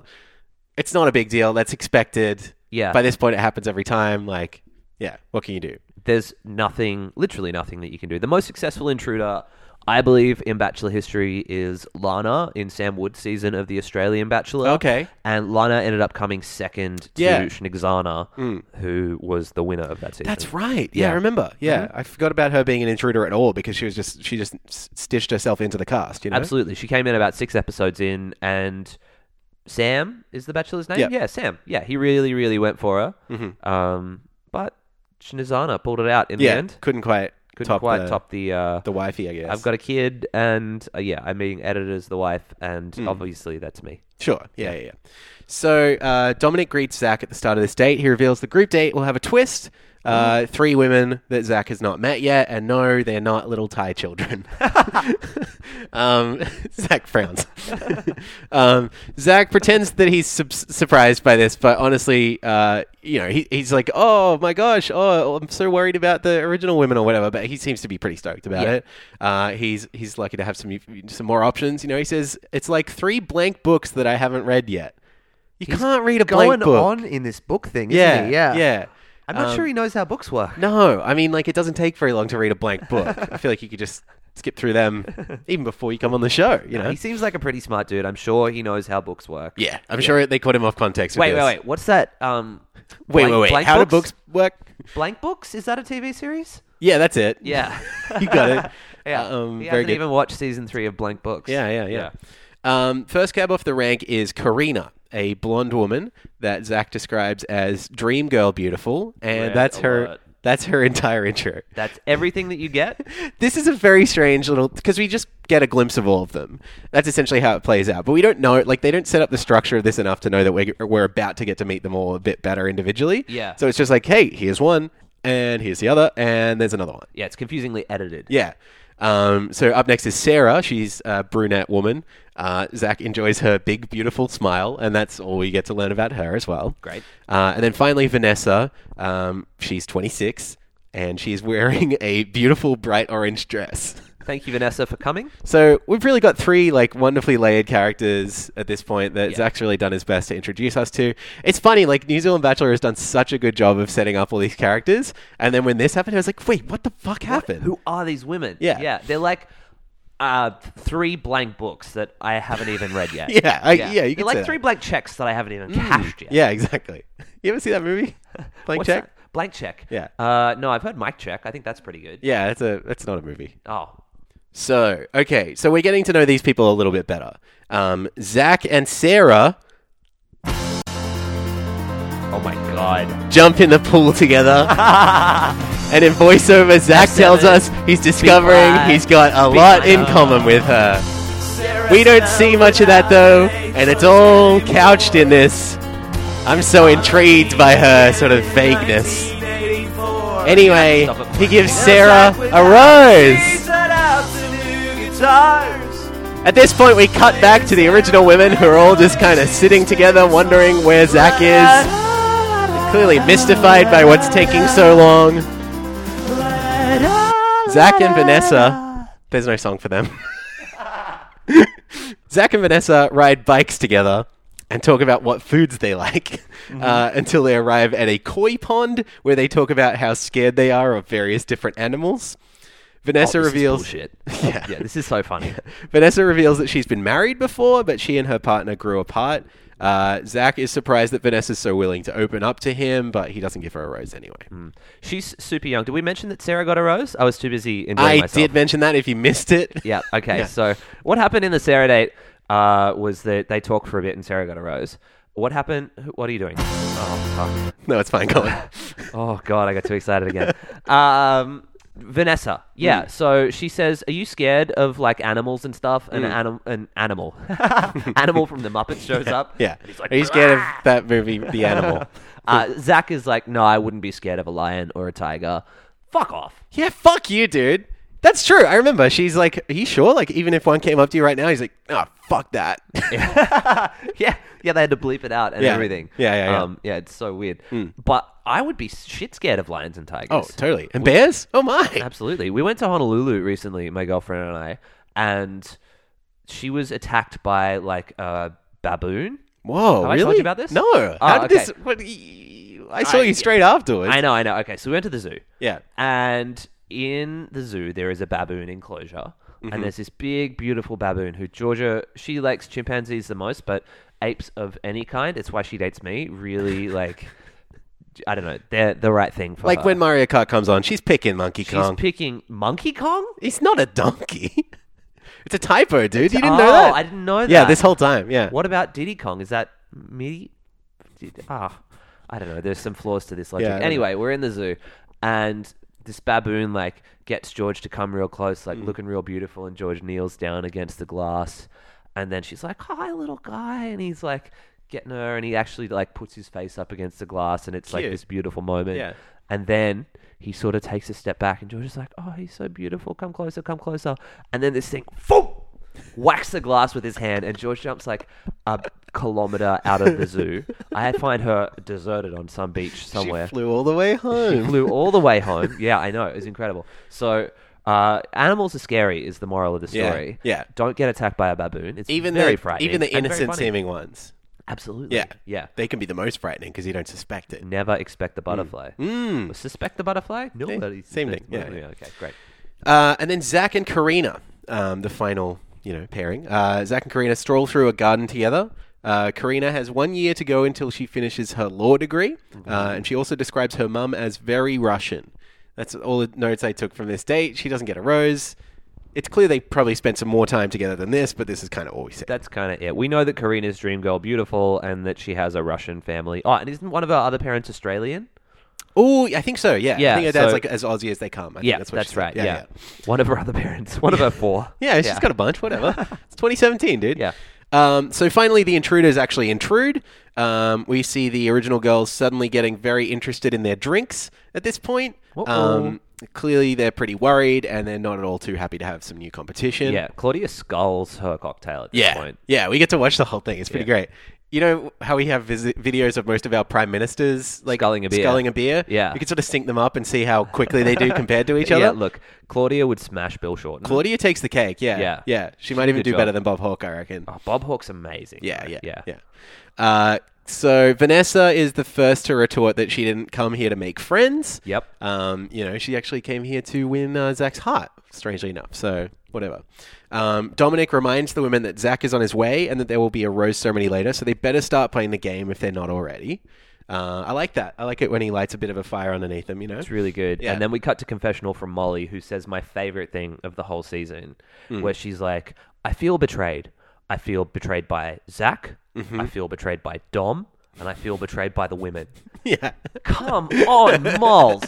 B: It's not a big deal. That's expected.
A: Yeah.
B: By this point, it happens every time. Like, yeah, what can you do?
A: There's nothing, literally nothing that you can do. The most successful intruder I believe in Bachelor history is Lana in Sam Wood's season of the Australian Bachelor.
B: Okay.
A: And Lana ended up coming second to
B: Yeah.
A: Snigzana, who was the winner of that season.
B: That's right. Yeah, I
A: mm. Yeah. Mm-hmm.
B: remember. Yeah, I forgot about her being an intruder at all because she was just she just s- stitched herself into the cast. You know,
A: Absolutely. She came in about six episodes in, and Sam is the Bachelor's name?
B: Yeah. Mm-hmm.
A: Yeah, Sam. Yeah, he really, really went for her. Um, but Shinizana pulled it out in
B: Yeah,
A: the end.
B: couldn't quite
A: Couldn't
B: top
A: quite
B: the,
A: top the. Uh,
B: the wifey. I guess
A: I've got a kid, and uh, yeah, I'm meeting editors, the wife, and
B: Hmm.
A: obviously that's me.
B: Sure. Yeah, yeah, yeah. So uh, Dominic greets Zach at the start of this date. He reveals the group date will have a twist.
A: Mm.
B: Uh, three women that Zach has not met yet, and no, they're not little Thai children. um, Zach frowns. um, Zach pretends that he's sub- surprised by this, but honestly, uh, you know, he, he's like, "Oh my gosh, oh, I'm so worried about the original women or whatever." But he seems to be pretty stoked about
A: Yeah.
B: it. Uh, he's he's lucky to have some some more options. You know, he says it's like three blank books that I haven't read yet. You can't read a blank book.
A: in this book thing,
B: yeah, yeah. Um,
A: I'm not sure he knows how books work.
B: No, I mean, like, it doesn't take very long to read a blank book. I feel like you could just skip through them even before you come on the show, you know?
A: He seems like a pretty smart dude. I'm sure he knows how books work.
B: Yeah, I'm sure they caught him off context. with
A: Wait, wait,
B: this.
A: wait. What's that? Um,
B: Wait,
A: blank-
B: wait, wait.
A: Blank
B: How
A: books?
B: do books work?
A: Blank books? Is that a TV series?
B: Yeah, that's it.
A: Yeah.
B: you got it.
A: yeah.
B: Um,
A: he
B: very
A: hasn't
B: good.
A: even watched season three of Blank Books.
B: Yeah, yeah, yeah. Um, first cab off the rank is Karina, a blonde woman that Zach describes as dream girl beautiful, and
A: Read
B: that's
A: a
B: her.
A: lot.
B: That's her entire intro.
A: That's everything that you get.
B: This is a very strange little because we just get a glimpse of all of them. That's essentially how it plays out, but we don't know. Like they don't set up the structure of this enough to know that we're we're about to get to meet them all a bit better individually.
A: Yeah.
B: So it's just like, hey, here's one, and here's the other, and there's another one.
A: Yeah, it's confusingly edited.
B: Yeah. Um, so up next is Sarah. She's a brunette woman. Uh, Zach enjoys her big, beautiful smile, and that's all we get to learn about her as well.
A: Great.
B: Uh, and then finally, Vanessa. Um, she's 26, and she's wearing a beautiful, bright orange dress.
A: Thank you, Vanessa, for coming.
B: So we've really got three like wonderfully layered characters at this point that
A: Yeah.
B: Zach's really done his best to introduce us to. It's funny, like New Zealand Bachelor has done such a good job of setting up all these characters, and then when this happened, I was like, wait, what the fuck happened?
A: Who are these women?
B: Yeah.
A: Yeah. They're like uh, three blank books that I haven't even read yet.
B: Yeah, I- yeah, you
A: They're
B: could
A: like
B: say that. Mm.
A: three blank checks that I haven't even cashed yet.
B: Yeah, exactly. You ever see that movie? Blank
A: What's
B: Check?
A: that? Blank check.
B: Yeah.
A: Uh, no, I've heard Mike check. I think that's pretty good.
B: Yeah, that's a that's not a movie.
A: Oh.
B: So, okay, so we're getting to know these people a little bit better. Um, Zach and Sarah
A: Oh my god.
B: jump in the pool together. and in voiceover, Zach tells us he's discovering
A: black.
B: he's got a
A: Be
B: lot
A: black.
B: in common with her. We don't see much of that though, and it's all couched in this. I'm so intrigued by her sort of vagueness. Anyway,
A: Stop it.
B: he gives Sarah a rose. At this point, we cut back to the original women who are all just kind of sitting together, wondering where Zach is. Clearly mystified by what's taking so long. Zach and Vanessa. There's no song for them. Zach and Vanessa ride bikes together and talk about what foods they like
A: Mm-hmm.
B: uh, until they arrive at a koi pond where they talk about how scared they are of various different animals. Vanessa
A: Oh, this is
B: reveals
A: bullshit.
B: Yeah.
A: yeah, this is so funny.
B: Vanessa reveals that she's been married before, but she and her partner grew apart. Uh, Zach is surprised that Vanessa's so willing to open up to him, but he doesn't give her a rose anyway.
A: Mm, She's super young. Did we mention that Sarah got a rose? I was too busy enjoying
B: I
A: myself.
B: did mention that if you missed it.
A: Yeah. Okay. So what happened in the Sarah date uh, was that they talked for a bit and Sarah got a rose. What happened? who- What are you doing? Oh,
B: No, it's fine. Go on.
A: fuck. oh God, I got too excited again. Um, Vanessa. Yeah.
B: Mm.
A: So she says, "Are you scared of like animals and stuff?"
B: Mm.
A: An, anim- an animal, animal from the Muppets shows up.
B: Yeah.
A: And he's like,
B: Are you scared of
A: "Ah!"
B: that movie, The Animal?
A: Uh, Zach is like, "No, I wouldn't be scared of a lion or a tiger." Fuck off.
B: yeah, fuck you, dude. That's true. I remember. She's like, Are you sure? Like, even if one came up to you right now, he's like, Oh, fuck that.
A: yeah, yeah, they had to bleep it out and
B: Yeah.
A: everything.
B: Yeah, yeah, yeah.
A: Um, yeah, it's so weird. But I would be shit scared of lions and tigers.
B: oh, totally. And bears? Oh, my.
A: absolutely. We went to Honolulu recently, my girlfriend and I, and she was attacked by like a baboon.
B: Whoa.
A: Have I
B: really?
A: told you about this?
B: No.
A: Oh,
B: How did
A: okay.
B: this. What, I saw
A: I-
B: you straight afterwards.
A: I know, I know. Okay, so we went to the zoo.
B: Yeah.
A: And in the zoo, there is a baboon enclosure.
B: Mm-hmm.
A: and there's this big, beautiful baboon who Georgia she likes chimpanzees the most, but apes of any kind. It's why she dates me. Really, like I don't know, they're the right thing for
B: Like
A: her.
B: when Mario Kart comes on, she's picking Monkey
A: Uh, she's
B: Kong.
A: picking Monkey Kong.
B: It's not a donkey. it's a typo, dude. You didn't
A: oh,
B: know that?
A: I didn't know that.
B: Yeah, this whole time. Yeah.
A: What about Diddy Kong? Is that MIDI? Did, ah, I don't know. There's some flaws to this logic.
B: Yeah, I don't
A: anyway, we're in the zoo, and this baboon like gets George to come real close,
B: Mm.
A: like looking real beautiful, and George kneels down against the glass, and then she's like, "Hi, little guy," and he's like getting her, and he actually like puts his face up against the glass, and it's like
B: Cute.
A: this beautiful moment.
B: Yeah.
A: And then he sort of takes a step back, and George is like, "Oh, he's so beautiful. Come closer, come closer." And then this thing, boom, whacks the glass with his hand, and George jumps like a kilometer out of the zoo. I find her deserted on some beach somewhere.
B: She flew all the way
A: She
B: home.
A: flew all the way home. Yeah, I know. It was incredible. So, uh, animals are scary is the moral of the
B: Yeah,
A: story.
B: yeah.
A: Don't get attacked by a baboon. It's
B: even
A: very
B: the,
A: frightening.
B: even the
A: and very
B: innocent
A: funny.
B: seeming ones.
A: Absolutely.
B: Yeah.
A: Yeah.
B: They can be the most frightening because you don't suspect it.
A: Never expect the butterfly.
B: Mm.
A: Suspect the butterfly? Hmm. Nobody.
B: same
A: suspects
B: thing,
A: the
B: yeah,
A: butterfly. Okay. Great.
B: Uh, and then Zach and Karina, um, the final, you know, pairing. Uh, Zach and Karina stroll through a garden together. Uh, Karina has one year to go until she finishes her law degree, uh, and she also describes her mum as very Russian. That's all the notes I took from this date. She doesn't get a rose. It's clear they probably spent some more time together than this, but this is kind of all we said.
A: That's kind of it. We know that Karina's dream girl beautiful, and that she has a Russian family. Oh, and isn't one of her other parents Australian?
B: Oh, I think so. Yeah,
A: Yeah,
B: I think her dad's
A: so-
B: like as Aussie as they come. I
A: yeah,
B: think that's,
A: that's,
B: what
A: right.
B: she said.
A: Yeah,
B: yeah.
A: one of her other parents, one of her four.
B: Yeah, she's got a bunch. Whatever. it's 2017, dude.
A: Yeah.
B: Um, so finally, the intruders actually intrude. Um, we see the original girls suddenly getting very interested in their drinks at this point.
A: Uh-oh.
B: Um, clearly, they're pretty worried and they're not at all too happy to have some new competition.
A: yeah. Claudia skulls her cocktail at this
B: Yeah.
A: point.
B: Yeah. We get to watch the whole thing. It's pretty great. You know how we have visi- videos of most of our prime ministers like
A: Sculling a beer.
B: Sculling a beer.
A: Yeah.
B: We can sort of sync them up and see how quickly they do compared to each
A: Yeah,
B: other.
A: look, Claudia would smash Bill Shorten.
B: Claudia takes the cake. Yeah.
A: Yeah.
B: Yeah. She might even
A: Good
B: do
A: job.
B: better than Bob Hawke, I reckon.
A: Oh, Bob Hawke's amazing.
B: Yeah,
A: though.
B: yeah,
A: yeah,
B: yeah. Uh, so Vanessa is the first to retort that she didn't come here to make friends.
A: Yep.
B: Um, you know, she actually came here to win uh, Zach's heart. Strangely enough, so whatever. Um, Dominic reminds the women that Zach is on his way and that there will be a rose ceremony later, so they better start playing the game if they're not already. Uh, I like that. I like it when he lights a bit of a fire underneath them. You know,
A: It's really good.
B: Yeah.
A: And then we cut to confessional from Molly, who says my favorite thing of the whole season,
B: Hmm.
A: where she's like, I feel betrayed. I feel betrayed by Zach.
B: Mm-hmm.
A: I feel betrayed by Dom. And I feel betrayed by the women.
B: yeah,
A: Come on, Moles.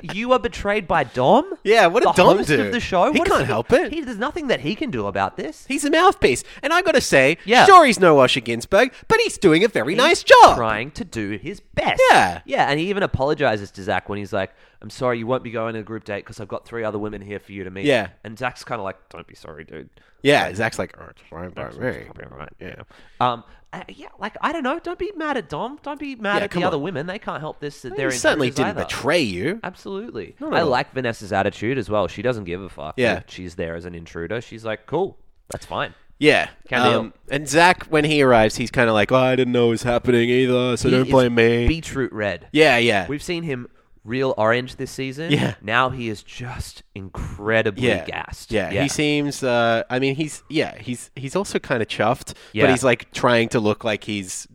A: You are betrayed by Dom?
B: yeah. What
A: the
B: a Dom
A: host
B: do?
A: of the show?
B: He
A: What is
B: can't help it.
A: He, there's nothing that he can do about this.
B: He's a mouthpiece. And I gotta say,
A: Yeah.
B: sure he's no Osher Ginsburg, but he's doing a very nice job.
A: Trying to do his best.
B: Yeah.
A: Yeah, and he even apologizes to Zach when he's like, I'm sorry you won't be going to a group date because I've got three other women here for you to meet.
B: Yeah.
A: And Zach's kind of like, don't be sorry, dude.
B: Yeah, Zach's like, oh, it's fine by me.
A: Probably right.
B: Yeah.
A: Um, uh, yeah, like, I don't know. Don't be mad at Dom. Don't be mad
B: Yeah,
A: at
B: come
A: the other
B: on.
A: women. They can't help this. That
B: He
A: they're
B: certainly
A: intruders
B: didn't
A: either.
B: betray you.
A: Absolutely.
B: Not at
A: I
B: all.
A: like Vanessa's attitude as well. She doesn't give a fuck.
B: Yeah.
A: If She's there as an intruder. She's like, cool, that's fine.
B: Yeah. Um,
A: Can't deal.
B: and Zach, when he arrives, he's kind of like, oh, I didn't know it was happening either, so
A: He
B: don't
A: is
B: blame me.
A: Beetroot red.
B: yeah, yeah.
A: We've seen him real orange this season.
B: Yeah.
A: Now he is just incredibly
B: yeah.
A: gassed.
B: Yeah. he seems. Uh, I mean, he's yeah, he's he's also kind of chuffed, but
A: Yeah.
B: he's like trying to look like he's,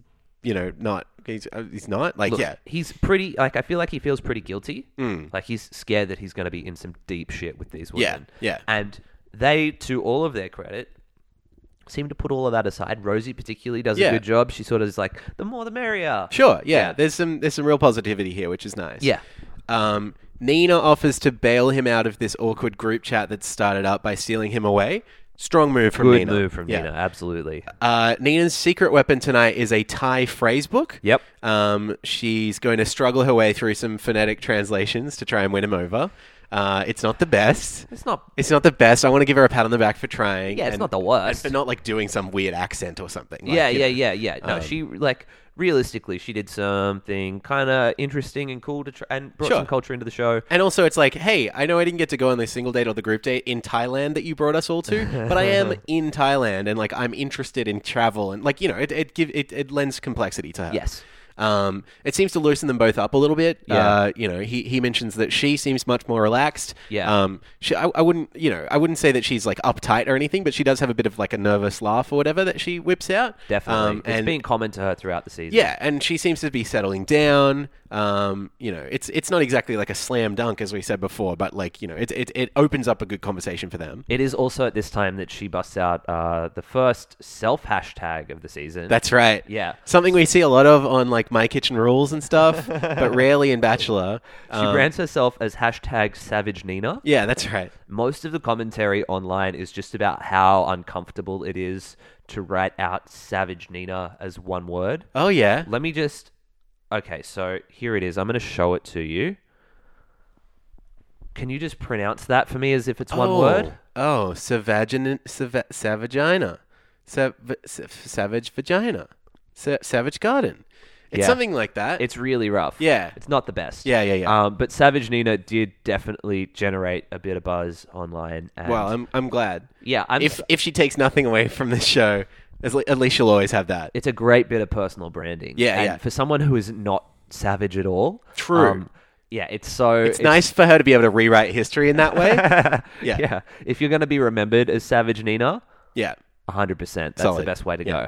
B: you know, not. He's uh, he's not like
A: Look,
B: yeah, Mm.
A: He's pretty, like, I feel like he feels pretty guilty. Like, he's scared that he's going to be in some deep shit with these
B: Yeah,
A: women.
B: yeah.
A: And they, to all of their credit, seem to put all of that aside. Rosie, particularly, does
B: Yeah.
A: a good job. She sort of is like, the more the merrier.
B: Sure, yeah.
A: Yeah.
B: There's some there's some real positivity here, which is nice.
A: Yeah.
B: Um, Nina offers to bail him out of this awkward group chat that's started up by stealing him away. Strong move from
A: Good
B: Nina.
A: move from
B: Yeah.
A: Nina, absolutely.
B: Uh, Nina's secret weapon tonight is a Thai phrase book.
A: Yep.
B: Um, she's going to struggle her way through some phonetic translations to try and win him over. Uh, it's not the best.
A: It's not.
B: It's not the best. I want to give her a pat on the back for trying.
A: Yeah, it's
B: and-
A: not the
B: and
A: worst.
B: for not like doing some weird accent or something. Like,
A: yeah,
B: you
A: yeah,
B: know.
A: yeah, yeah. No,
B: um,
A: she like realistically, she did something kind of interesting and cool to try and brought
B: Sure.
A: some culture into the show.
B: And also, it's like, hey, I know I didn't get to go on the single date or the group date in Thailand that you brought us all to, but I am in Thailand and like I'm interested in travel and like you know, it it give it, it lends complexity to her.
A: Yes.
B: Um, it seems to loosen them both up a little bit.
A: Yeah.
B: Uh, you know, he, he mentions that she seems much more relaxed.
A: Yeah.
B: Um, she, I, I wouldn't, you know, I wouldn't say that she's like uptight or anything, but she does have a bit of like a nervous laugh or whatever that she whips out.
A: Definitely,
B: Um,
A: it's
B: and-
A: been common to her throughout the season.
B: yeah, and she seems to be settling down. Um, you know, it's it's not exactly like a slam dunk as we said before, but like you know, it it, it opens up a good conversation for them.
A: It is also at this time that she busts out uh, the first self hashtag of the season.
B: That's right.
A: Yeah.
B: something we see a lot of on like My Kitchen Rules and stuff, but rarely in Bachelor.
A: she brands herself as hashtag Savage Nina.
B: um, Yeah, that's right.
A: Most of the commentary online is just about how uncomfortable it is to write out Savage Nina as one word.
B: Oh yeah.
A: Let me just. Okay, so here it is. I'm going to show it to you. Can you just pronounce that for me as if it's one
B: Oh.
A: word?
B: Oh, savagin, sava, savagina, sav, sav, savage vagina, sa, savage garden. It's
A: Yeah.
B: something like that.
A: It's really rough.
B: Yeah.
A: It's not the best.
B: Yeah, yeah, yeah.
A: Um, but Savage Nina did definitely generate a bit of buzz online. And
B: well, I'm I'm glad.
A: yeah, I'm,
B: if if she takes nothing away from this show, as le- at least she'll always have that.
A: it's a great bit of personal branding.
B: Yeah,
A: And
B: yeah.
A: For someone who is not savage at all. um,
B: True.
A: yeah, it's so.
B: It's, nice for her to be able to rewrite history in that way. yeah. yeah,
A: Yeah. If you're going to be remembered as Savage Nina, 100%. That's
B: Solid.
A: the best way to
B: Yeah.
A: go.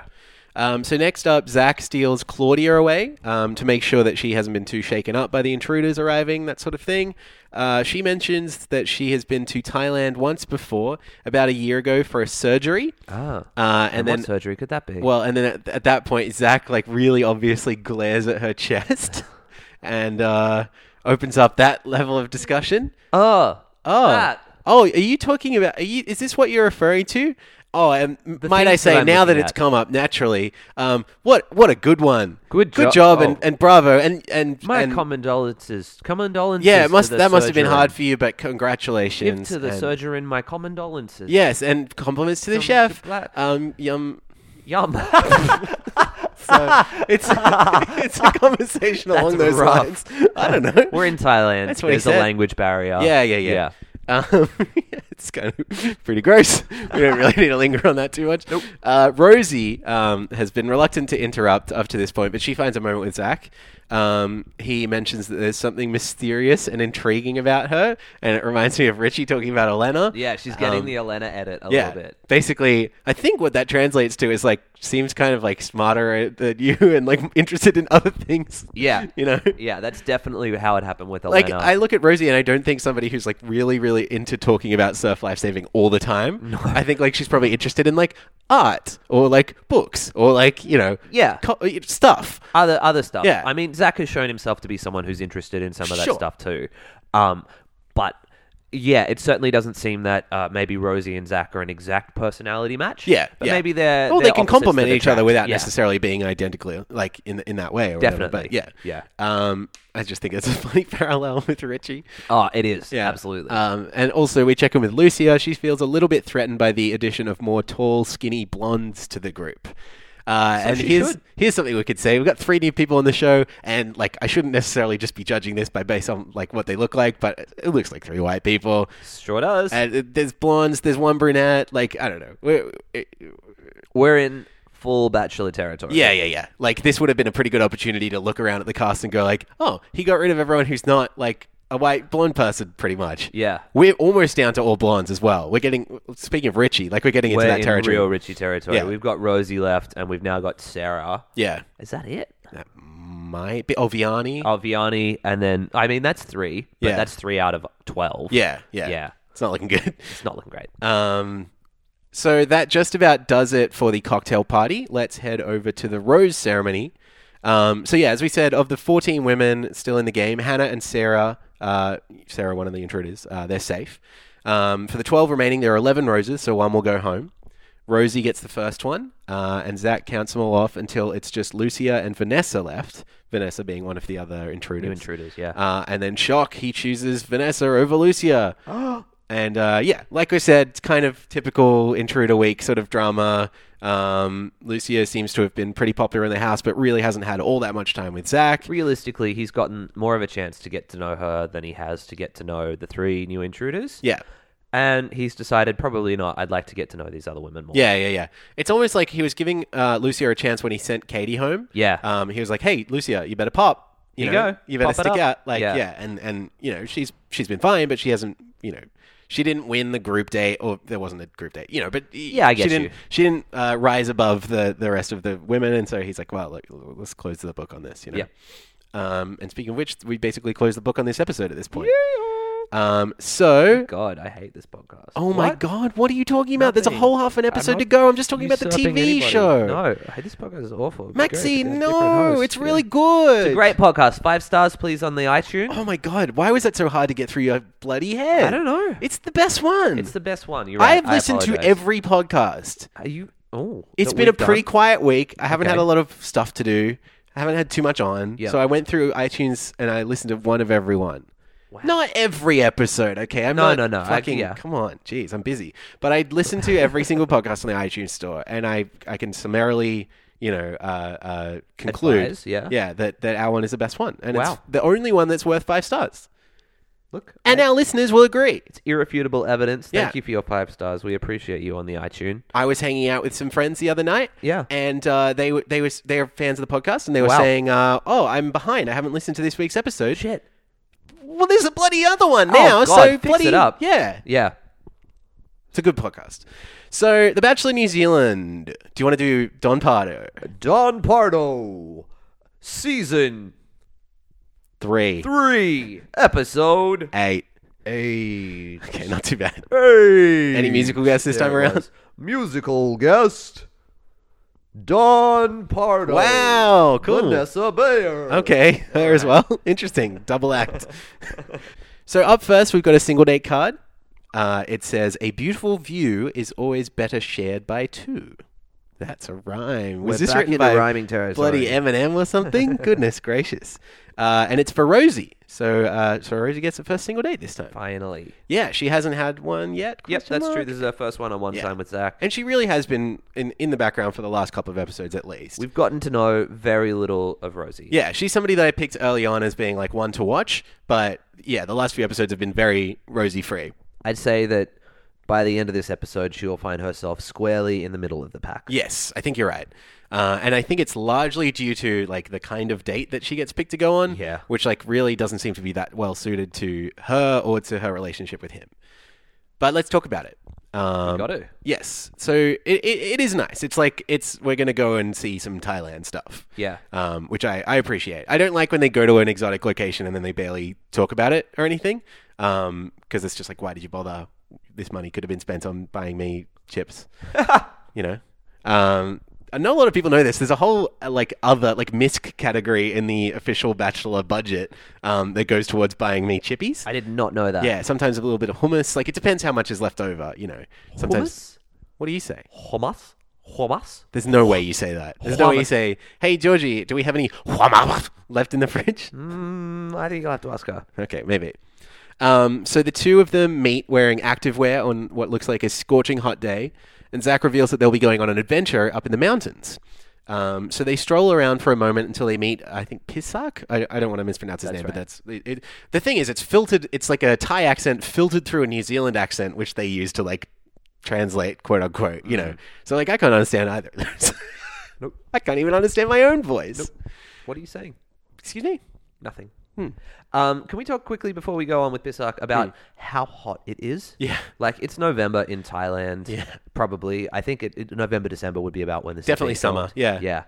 B: Um, so next up, Zach steals Claudia away um, to make sure that she hasn't been too shaken up by the intruders arriving, that sort of thing. Uh, she mentions that she has been to Thailand once before, about a year ago, for a surgery.
A: Ah.
B: Uh,
A: and
B: and
A: what
B: then
A: surgery could that be?
B: Well, and then at, at that point, Zach like really obviously glares at her chest, and uh, opens up that level of discussion.
A: oh.
B: Oh,
A: That.
B: oh, are you talking about? Are you, is this what you're referring to? Oh, and m- might I
A: things that
B: say,
A: I'm
B: now that
A: looking
B: it's
A: at.
B: come up naturally, um, what what a good one,
A: Good
B: good
A: jo-
B: job, and,
A: oh.
B: and bravo, and and
A: My
B: and,
A: condolences. Condolences.
B: yeah, it
A: to
B: must
A: the
B: that must have been
A: surgeon.
B: hard for you, but
A: Give
B: congratulations
A: to the
B: and-
A: surgeon my condolences.
B: Yes, and compliments to the
A: Compliments
B: chef.
A: to Black.
B: Um, yum.
A: Yum.
B: So it's it's a conversation
A: That's
B: along those
A: rough.
B: lines. I don't know.
A: We're in Thailand.
B: That's what he
A: There's a
B: said.
A: language barrier.
B: Yeah, yeah, yeah. Um, it's kind of pretty gross. We don't really need to linger on that too much. Nope. Uh, Rosie um, has been reluctant to interrupt up to this point, but she finds a moment with Zach. Um, he mentions that there's something mysterious and intriguing about her, and it reminds me of Richie talking about Elena.
A: Yeah, she's getting
B: Um,
A: the Elena edit a
B: yeah,
A: little bit.
B: basically, I think what that translates to is like seems kind of like smarter than you and like interested in other things.
A: Yeah.
B: you know,
A: Yeah, that's definitely how it happened with Elena.
B: like I look at Rosie and I don't think somebody who's like really, really into talking about surf life saving all the time. I think like she's probably interested in like art or like books or like you know
A: Yeah.
B: co- stuff.
A: other other stuff.
B: Yeah.
A: I mean, Zach has shown himself to be someone who's interested in some of that
B: Sure.
A: stuff too. Um, but yeah, it certainly doesn't seem that uh, maybe Rosie and Zach are an exact personality match.
B: Yeah,
A: but
B: yeah.
A: maybe they're
B: well,
A: they're
B: they can
A: opposites
B: complement
A: that
B: each other
A: attract.
B: without
A: Yeah.
B: necessarily being identically like in in that way. Or whatever, but
A: Definitely.
B: yeah, yeah. Um, I just think it's a funny parallel with Richie.
A: Oh, it is absolutely.
B: Um, and also, we check in with Lucia. She feels a little bit threatened by the addition of more tall, skinny blondes to the group. Uh, and
A: she
B: here's
A: should.
B: here's something we could say. We've got three new people on the show, and like I shouldn't necessarily just be judging this by based on like what they look like, but it looks like three white people.
A: sure does.
B: And uh, there's blondes, there's one brunette. Like I don't know. We're- uh, it-
A: We're in full bachelor territory.
B: yeah, yeah, yeah. Like this would have been a pretty good opportunity to look around at the cast and go like, oh, he got rid of everyone who's not like a white blonde person, pretty much.
A: Yeah.
B: We're almost down to all blondes as well. We're getting speaking of Richie, like we're getting into
A: We're
B: that
A: in
B: territory.
A: real Richie territory.
B: Yeah.
A: We've got Rosie left, and we've now got Sarah.
B: yeah,
A: Is that it?
B: that might be oh Vianney.
A: Oh, Vianney, and then I mean that's three, but
B: Yeah.
A: that's three out of twelve.
B: yeah, yeah,
A: Yeah.
B: It's not looking good.
A: it's not looking great.
B: Um, so that just about does it for the cocktail party. Let's head over to the rose ceremony. Um, so yeah, as we said, of the 14 women still in the game, Hannah and Sarah, uh, Sarah, one of the intruders, uh, they're safe. Um, for the 12 remaining, there are 11 roses, so one will go home. Rosie gets the first one, uh, and Zach counts them all off until it's just Lucia and Vanessa left. Vanessa being one of the other intruders.
A: New intruders, yeah.
B: Uh, and then shock, he chooses Vanessa over Lucia. and uh, yeah, like I said, it's kind of typical intruder week sort of drama. Um, Lucia seems to have been pretty popular in the house, but really hasn't had all that much time with Zach.
A: Realistically, he's gotten more of a chance to get to know her than he has to get to know the three new intruders.
B: Yeah.
A: and he's decided probably not. I'd like to get to know these other women more.
B: Yeah, yeah, yeah. It's almost like he was giving uh, Lucia a chance when he sent Katie home.
A: Yeah.
B: Um, he was like, "Hey, Lucia, you better pop. You,
A: You
B: know,
A: go.
B: You better
A: Pop it
B: stick
A: up."
B: out." Like,
A: Yeah.
B: yeah. And and you know, she's she's been fine, but she hasn't. You know, she didn't win the group date, or there wasn't a group date. You know, but
A: Yeah, I get
B: she didn't,
A: you.
B: She didn't uh, rise above the the rest of the women, and so he's like, "Well, look, let's close the book on this." You know.
A: Yeah.
B: Um, and speaking of which, we basically close the book on this episode at this point. Um, so
A: Oh God, I hate this podcast.
B: Oh my
A: What?
B: God! What are you talking about? There's a
A: Nothing.
B: whole half an episode
A: not
B: to go. I'm just talking about the TV
A: usurping anybody.
B: show.
A: No, hey, this podcast is awful. It'd be great if
B: Maxi,
A: it had a different
B: no,
A: host.
B: it's
A: Yeah.
B: really good.
A: It's a great podcast. Five stars, please, on the iTunes.
B: Oh my God! Why was that so hard to get through your bloody head?
A: I don't know.
B: It's the best one.
A: It's the best one. You're right.
B: I've listened to
A: apologize.
B: every podcast.
A: Are you? Oh,
B: It's
A: it's
B: been a pretty quiet week. I haven't
A: Okay.
B: had a lot of stuff to do. I haven't had too much on.
A: Yeah.
B: So I went through iTunes and I listened to one of everyone.
A: Wow.
B: Not every episode, okay? I'm
A: No,
B: not
A: no, no. I-
B: fucking.
A: yeah.
B: Come on, jeez, I'm busy. But I listen to every single podcast on the iTunes store, and I I can summarily, you know, uh, uh, conclude,
A: Advise, yeah.
B: yeah, that that our one is the best one, and it's
A: Wow.
B: the only one that's worth five stars,
A: look.
B: and our listeners will agree.
A: it's irrefutable evidence. Thank
B: Yeah.
A: you for your five stars. We appreciate you on the iTunes.
B: I was hanging out with some friends the other night.
A: Yeah.
B: and uh, they were they were they are fans of the podcast, and they were
A: Wow.
B: saying, uh, "Oh, I'm behind. I haven't listened to this week's episode."
A: Shit.
B: Well, there's a bloody other one now.
A: oh, God,
B: so
A: fix
B: bloody
A: it up.
B: Yeah,
A: Yeah.
B: it's a good podcast. So, The Bachelor New Zealand. Do you want to do Don Pardo
A: Don Pardo, season
B: three,
A: three, episode
B: eight?
A: eight.
B: Okay, not too bad.
A: Hey.
B: Any musical guests this time
A: There it
B: around?
A: was. Musical guest Don Pardo.
B: Wow, cool.
A: Vanessa Bayer.
B: Okay, there as well. Interesting. Double act. so up first, we've got a single date card. Uh, it says, "A beautiful view is always better shared by two." That's a rhyme. Was
A: We're
B: this
A: back
B: written
A: into
B: by
A: rhyming territory.
B: bloody Eminem or something? Goodness gracious! Uh, and it's for Rosie. So uh, so Rosie gets a first single date this time.
A: Finally.
B: Yeah, she hasn't had one yet.
A: Yep,
B: question
A: that's true.
B: mark?
A: This is our first one on one
B: Yeah.
A: time with Zach.
B: And she really has been in, in the background for the last couple of episodes, at least.
A: We've gotten to know very little of Rosie.
B: Yeah, she's somebody that I picked early on as being like one to watch, but yeah, the last few episodes have been very rosy free.
A: I'd say that by the end of this episode, she will find herself squarely in the middle of the pack.
B: Yes, I think you're right. Uh, and I think it's largely due to like the kind of date that she gets picked to go on,
A: Yeah.
B: which like really doesn't seem to be that well suited to her or to her relationship with him. But let's talk about it. Um,
A: Got to.
B: Yes, so it, it, it is nice. It's like it's we're gonna go and see some Thailand stuff.
A: Yeah.
B: um, which I, I appreciate. I don't like when they go to an exotic location and then they barely talk about it or anything, because it's just like, why did you bother? This money could have been spent on buying me chips, you know. Um, I know a lot of people know this. There's a whole uh, like other like misc category in the official Bachelor budget um, that goes towards buying me chippies.
A: I did not know that.
B: yeah, sometimes a little bit of hummus. Like it depends how much is left over, you know. Sometimes
A: Hummus?
B: what do you say?
A: Hummus? Hummus?
B: There's no way you say that. There's no way you
A: Hummus.
B: say, "Hey Georgie, do we have any hummus left in the fridge?"
A: Mm, I think you'll have to ask her.
B: Okay, maybe. Um, so the two of them meet wearing activewear on what looks like a scorching hot day, and Zach reveals that they'll be going on an adventure up in the mountains. Um, so they stroll around for a moment until they meet, I think, Pissak. I, I don't want to mispronounce his name, but that's it, it, the thing is, it's filtered. It's like a Thai accent filtered through a New Zealand accent, which they use to like translate, quote unquote. You know, so like I can't understand either. of those.
A: Nope.
B: I can't even understand my own voice.
A: What are you saying?
B: Excuse me.
A: Nothing.
B: Hmm.
A: Um, can we talk quickly before we go on with Bissak about how hot it is?
B: Yeah.
A: Like, it's November in Thailand.
B: Yeah.
A: Probably. I think it, it- November, December would be about when this is
B: Definitely
A: being
B: summer,
A: filmed.
B: yeah.
A: Yeah.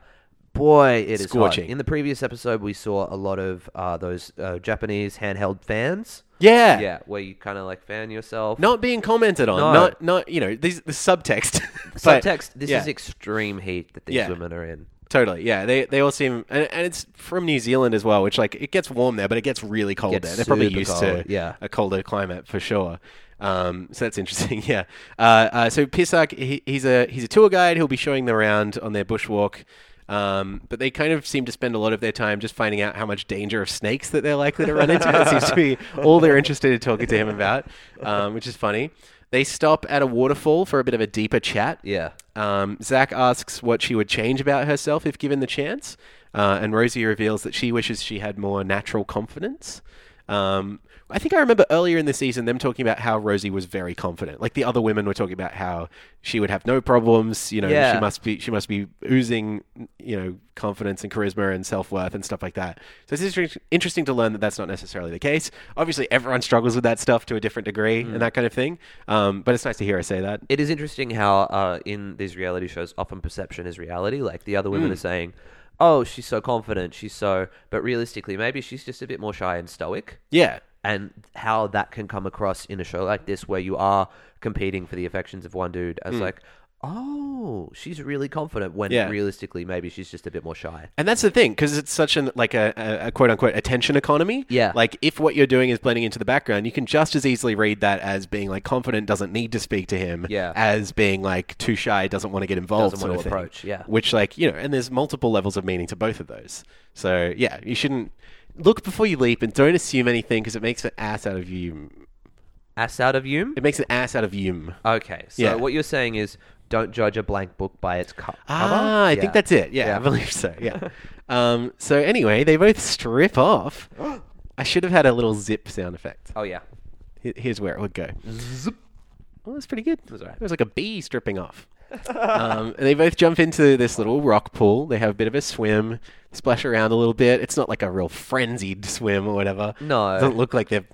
A: Boy, it is
B: Scorching.
A: hot. In the previous episode, we saw a lot of uh, those uh, Japanese handheld fans.
B: Yeah.
A: Yeah, where you kind of like fan yourself.
B: not being commented on.
A: No.
B: Not not you know these the subtext. But-
A: subtext. This
B: yeah,
A: is extreme heat that these
B: Yeah.
A: women are in.
B: totally yeah. They they all seem and, and it's from New Zealand as well, which like it gets warm there, but it gets really cold
A: Gets
B: there. They're probably
A: super
B: used
A: cold,
B: to
A: yeah.
B: a colder climate for sure. Um, so that's interesting. Yeah. Uh, uh, so Pisak, he, he's a he's a tour guide. He'll be showing them around on their bushwalk. Um, but they kind of seem to spend a lot of their time just finding out how much danger of snakes that they're likely to run into. that seems to be all they're interested in talking to him about, um, which is funny. They stop at a waterfall for a bit of a deeper chat.
A: Yeah.
B: Um, Zach asks what she would change about herself if given the chance, uh, and Rosie reveals that she wishes she had more natural confidence. Um, I think I remember earlier in the season them talking about how Rosie was very confident. Like the other women were talking about how she would have no problems. You know,
A: Yeah.
B: she must be she must be oozing, you know, confidence and charisma and self worth and stuff like that. So it's inter- interesting to learn that that's not necessarily the case. Obviously, everyone struggles with that stuff to a different degree and that kind of thing. Um, but it's nice to hear her say that.
A: it is interesting how uh, in these reality shows often perception is reality like the other
B: Mm.
A: women are saying oh she's so confident she's so but realistically maybe she's just a bit more shy and stoic
B: Yeah.
A: and how that can come across in a show like this where you are competing for the affections of one dude as like oh she's really confident when
B: Mm. Yeah.
A: realistically maybe she's just a bit more shy
B: And that's the thing, because it's such an like a, a, a quote unquote attention economy.
A: Yeah.
B: Like if what you're doing is blending into the background, you can just as easily read that as being like confident doesn't need to speak to him.
A: Yeah.
B: As being like too shy doesn't want to get involved.
A: Doesn't
B: sort
A: want
B: of
A: to
B: thing.
A: approach, yeah.
B: Which like you know, and there's multiple levels of meaning to both of those. So yeah, you shouldn't look before you leap and don't assume anything because it makes an ass out of you.
A: ass out of you
B: It makes an ass out of you.
A: okay so
B: Yeah.
A: what you're saying is don't judge a blank book by its co- cover
B: Ah, I
A: Yeah.
B: think that's it. Yeah, I believe so. Yeah. um, so anyway, they both strip off. I should have had a little zip sound effect.
A: oh yeah
B: He- Here's where it would go. Well, that's pretty good. It was,
A: alright.
B: like a bee stripping off. um, and they both jump into this little rock pool. They have a bit of a swim, splash around a little bit. It's not like a real frenzied swim or whatever.
A: No.
B: It doesn't look like they're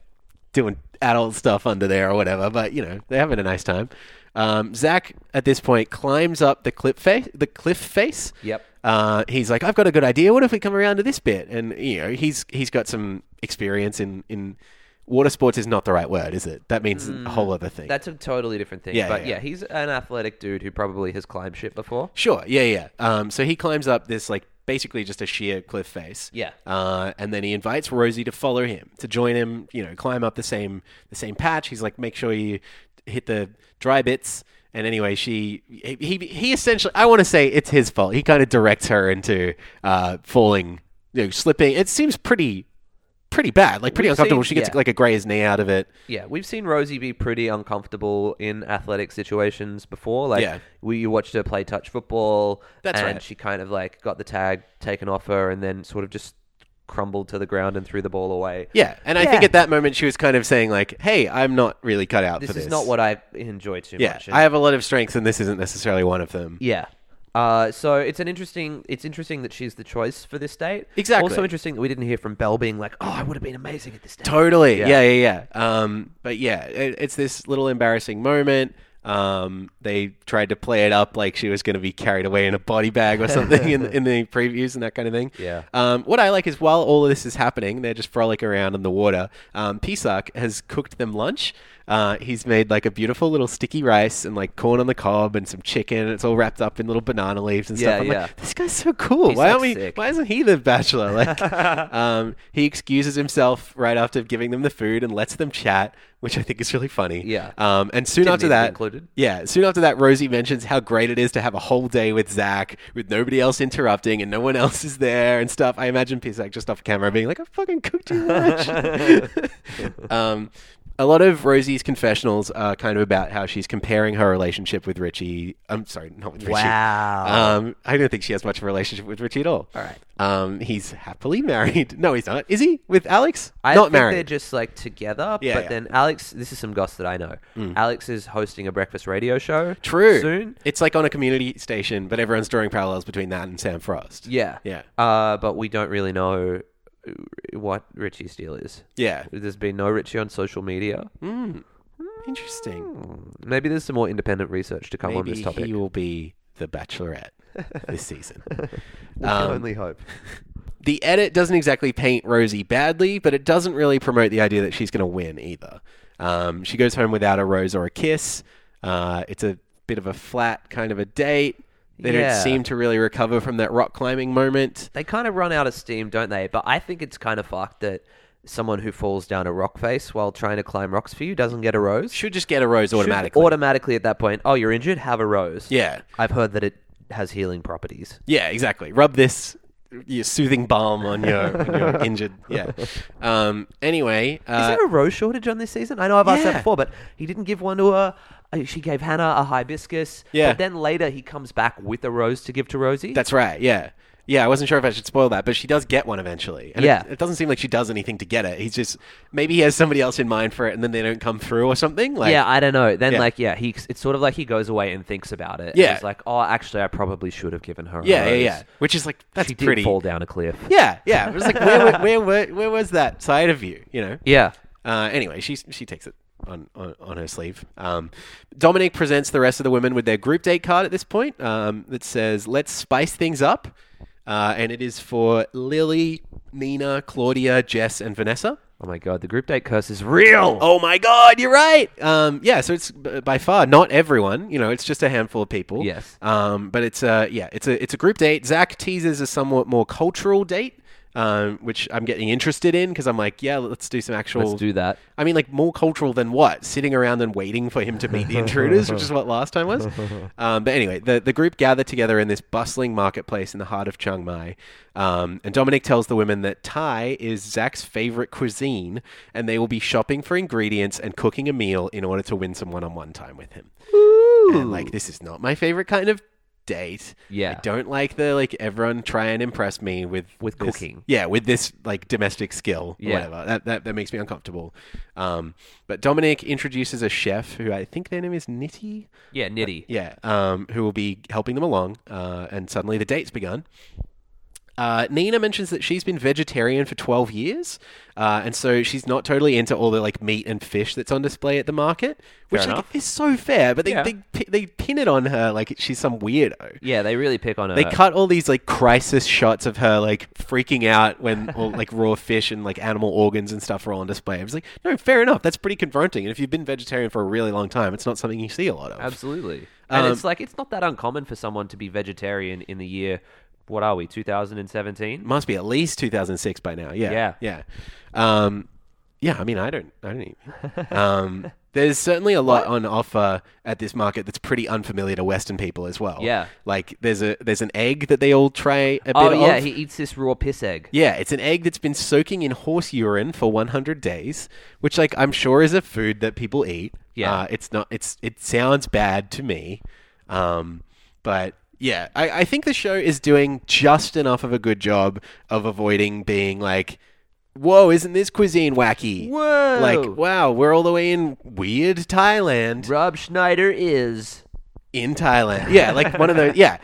B: doing adult stuff under there or whatever, but you know, they're having a nice time. Um, Zach at this point climbs up the cliff face the cliff face.
A: Yep.
B: Uh, he's like, I've got a good idea. What if we come around to this bit? And you know, he's he's got some experience in, in water sports is not the right word, is it? That means
A: Mm,
B: a whole other thing.
A: That's a totally different thing.
B: Yeah,
A: but
B: yeah, yeah.
A: yeah, he's an athletic dude who probably has climbed shit before.
B: Sure. Yeah, yeah. Um, so he climbs up this like basically just a sheer cliff face.
A: Yeah.
B: Uh, and then he invites Rosie to follow him to join him. You know, climb up the same the same patch. He's like, make sure you hit the dry bits. And anyway, she he he- he essentially I want to say it's his fault. He kind of directs her into uh, falling, you know, slipping. It seems pretty pretty bad, like pretty
A: We've
B: uncomfortable.
A: seen-
B: she gets
A: yeah.
B: like a grazed knee out of it.
A: Yeah, we've seen Rosie be pretty uncomfortable in athletic situations before. Like
B: Yeah.
A: we you watched her play touch football
B: That's
A: and
B: right.
A: she kind of like got the tag taken off her and then sort of just crumbled to the ground and threw the ball away.
B: Yeah, and I
A: Yeah.
B: think at that moment she was kind of saying like, "Hey, I'm not really cut out
A: This,
B: for this."
A: is not what I enjoy too
B: Yeah,
A: much. And-
B: I have a lot of strengths, and this isn't necessarily one of them.
A: Yeah. Uh, so it's an interesting. It's interesting that she's the choice for this date.
B: Exactly.
A: Also interesting that we didn't hear from Bell being like, "Oh, I would have been amazing at this date."
B: Totally.
A: Yeah.
B: Yeah, yeah, yeah. Um, but yeah, it, it's this little embarrassing moment. Um, they tried to play it up like she was going to be carried away in a body bag or something in, in the previews and that kind of thing.
A: Yeah.
B: Um, what I like is while all of this is happening, they're just frolic around in the water. Um, Pisak has cooked them lunch. Uh, he's made like a beautiful little sticky rice and like corn on the cob and some chicken. and It's all wrapped up in little banana leaves and
A: Yeah,
B: stuff. I'm
A: yeah.
B: like, this guy's so cool. why aren't we?
A: Pisak's sick.
B: Why isn't he the bachelor? Like, um, he excuses himself right after giving them the food and lets them chat, which I think is really funny.
A: Yeah.
B: Um, and soon
A: Didn't
B: after
A: need to be
B: that,
A: included.
B: yeah, soon after that, Rosie mentions how great it is to have a whole day with Zach with nobody else interrupting and no one else is there and stuff. I imagine Pisak just off camera being like, "I fucking cooked you lunch." um, a lot of Rosie's confessionals are kind of about how she's comparing her relationship with Richie. I'm sorry, not with Richie.
A: Wow.
B: Um, I don't think she has much of a relationship with Richie at all. All
A: right.
B: Um, he's happily married. No, he's not. Is he with Alex?
A: I
B: not
A: think
B: married.
A: They're just like together.
B: Yeah,
A: but
B: yeah.
A: then Alex, this is some goss that I know. Alex is hosting a breakfast radio show.
B: True.
A: Soon.
B: It's like on a community station, but everyone's drawing parallels between that and Sam Frost.
A: Yeah.
B: Yeah.
A: Uh, but we don't really know uh, what Richie's deal is.
B: Yeah.
A: There's been no Richie on social media.
B: Mm.
A: Hmm.
B: Interesting.
A: Maybe there's some more independent research to come on this
B: Maybe
A: topic.
B: he will be the Bachelorette this season.
A: We
B: um,
A: can only hope.
B: the edit doesn't exactly paint Rosie badly, but it doesn't really promote the idea that she's going to win either. Um, she goes home without a rose or a kiss. Uh, it's a bit of a flat kind of a date. They
A: Yeah.
B: don't seem to really recover from that rock climbing moment.
A: They kind of run out of steam, don't they? But I think it's kind of fucked that someone who falls down a rock face while trying to climb rocks for you doesn't get a rose.
B: Should just get a rose
A: Should
B: automatically.
A: automatically at that point, oh, you're injured, have a rose.
B: yeah.
A: I've heard that it has healing properties.
B: Yeah, exactly. Rub this your soothing balm on your, on your injured. Yeah. Um, anyway,
A: Is
B: uh,
A: there a rose shortage on this season? I know I've asked that
B: yeah.
A: before, but he didn't give one to her. Uh, She gave Hannah a hibiscus.
B: Yeah.
A: But then later he comes back with a rose to give to Rosie.
B: that's right. Yeah. Yeah, I wasn't sure if I should spoil that, but she does get one eventually. And it-
A: Yeah.
B: it, doesn't seem like she does anything to get it. He's just maybe he has somebody else in mind for it, and then they don't come through or something. Like,
A: yeah, I don't know. Then
B: Yeah.
A: like yeah, he it's sort of like he goes away and thinks about it. and
B: Yeah.
A: he's like oh, actually, I probably should have given her. a
B: yeah, yeah,
A: rose.
B: yeah. Which is like that's
A: She did
B: pretty.
A: fall down a cliff.
B: Yeah, yeah. It was like where, were- where, where, where was that side of you? You know.
A: Yeah.
B: Uh, anyway, she she takes it on, on, on her sleeve. Um, Dominic presents the rest of the women with their group date card at this point um, that says, "Let's spice things up," uh, and it is for Lily, Nina, Claudia, Jess, and Vanessa.
A: Oh my god, the group date curse is real.
B: Oh my God, you're right. Um, yeah, so it's b- by far not everyone. You know, it's just a handful of people.
A: Yes.
B: Um, but it's a yeah, it's a it's a group date. Zach teases a somewhat more cultural date, um, which I'm getting interested in because I'm like, yeah, let's do some actual.
A: Let's do that.
B: I mean, like more cultural than what? Sitting around and waiting for him to meet the intruders, which is what last time was. Um, but anyway, the, the group gather together in this bustling marketplace in the heart of Chiang Mai. Um, and Dominic tells the women that Thai is Zach's favorite cuisine, and they will be shopping for ingredients and cooking a meal in order to win some one on one time with him. And like, this is not my favorite kind of date.
A: Yeah.
B: I don't like the like everyone try and impress me with
A: With
B: this-
A: cooking.
B: yeah, with this like domestic skill, or
A: Yeah.
B: whatever. That, that that makes me uncomfortable. Um, but Dominic introduces a chef who I think their name is Nitty.
A: Yeah, nitty.
B: Yeah, um, who will be helping them along, uh, and suddenly the date's begun. Uh, Nina mentions that she's been vegetarian for 12 years, uh, and so she's not totally into all the like meat and fish that's on display at the market, which like,
A: enough.
B: is so fair. But they,
A: Yeah.
B: they pi- they pin it on her like she's some weirdo.
A: Yeah, they really pick on her.
B: They cut all these like crisis shots of her like freaking out when all, like raw fish and like animal organs and stuff are all on display. I was like, no, fair enough. That's pretty confronting. And if you've been vegetarian for a really long time, it's not something you see a lot of.
A: Absolutely. And
B: Um,
A: it's like it's not that uncommon for someone to be vegetarian in the year what are we, 2017?
B: Must be at least 2006 by now. Yeah.
A: Yeah.
B: Yeah. Um, yeah. I mean, I don't. I don't. Even, um, there's certainly a lot on offer at this market that's pretty unfamiliar to Western people as well.
A: Yeah.
B: Like there's a there's an egg that they all try a bit
A: Oh yeah,
B: of.
A: he eats this raw piss egg.
B: Yeah, it's an egg that's been soaking in horse urine for 100 days, which, like, I'm sure is a food that people eat.
A: Yeah.
B: uh, it's not. It's it sounds bad to me, um, but yeah, I, I think the show is doing just enough of a good job of avoiding being like, "Whoa, isn't this cuisine wacky?"
A: Whoa.
B: Like, wow, we're all the way in weird Thailand
A: Rob Schneider is
B: in Thailand. Yeah, like one of those. Yeah,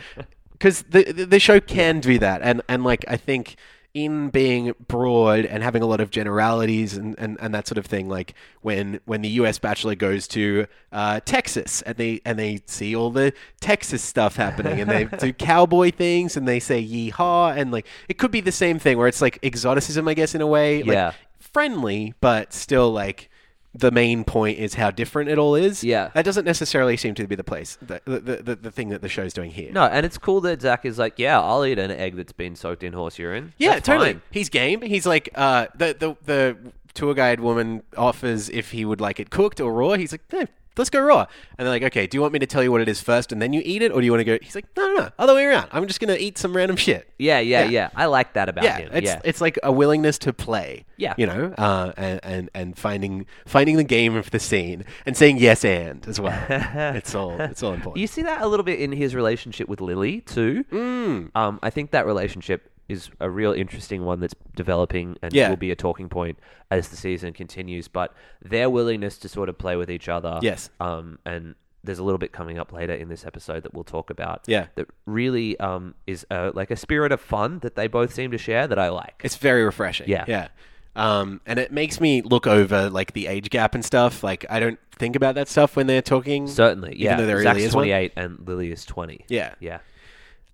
B: because the, the the show can do that, and and like I think in being broad and having a lot of generalities and, and, and that sort of thing like when when the US bachelor goes to uh, Texas and they and they see all the Texas stuff happening and they do cowboy things and they say yeehaw and like it could be the same thing where it's like exoticism I guess in a way like,
A: Yeah.
B: friendly but still like the main point is how different it all is
A: Yeah.
B: that doesn't necessarily seem to be the place, the, the, the, the thing that the show's doing here.
A: No, and it's cool that Zach is like, yeah, I'll eat an egg that's been soaked in horse urine.
B: Yeah,
A: That's
B: totally.
A: fine.
B: He's game. He's like, uh, the, the, the tour guide woman offers if he would like it cooked or raw. He's like, no, let's go raw. And they're like, okay, do you want me to tell you what it is first and then you eat it? Or do you want to go? He's like, no, no, no, other way around. I'm just going to eat some random shit.
A: Yeah, yeah,
B: Yeah.
A: yeah, I like that about
B: Yeah,
A: him.
B: it's
A: yeah.
B: it's like a willingness to play.
A: Yeah.
B: you know, uh, and, and and finding finding the game of the scene and saying yes and as well. it's all it's all important.
A: you see that a little bit in his relationship with Lily too.
B: Mm.
A: Um, I think that relationship is a real interesting one that's developing and
B: Yeah.
A: will be a talking point as the season continues. But their willingness to sort of play with each other,
B: Yes.
A: um, and there's a little bit coming up later in this episode that we'll talk about.
B: Yeah.
A: that really um, is uh like a spirit of fun that they both seem to share that I like.
B: It's very refreshing.
A: Yeah.
B: Yeah. Um, and it makes me look over like the age gap and stuff. Like I don't think about that stuff when they're talking.
A: Certainly, yeah.
B: Even though there
A: Zach's
B: really is one.
A: 28 and Lily is 20.
B: Yeah.
A: yeah.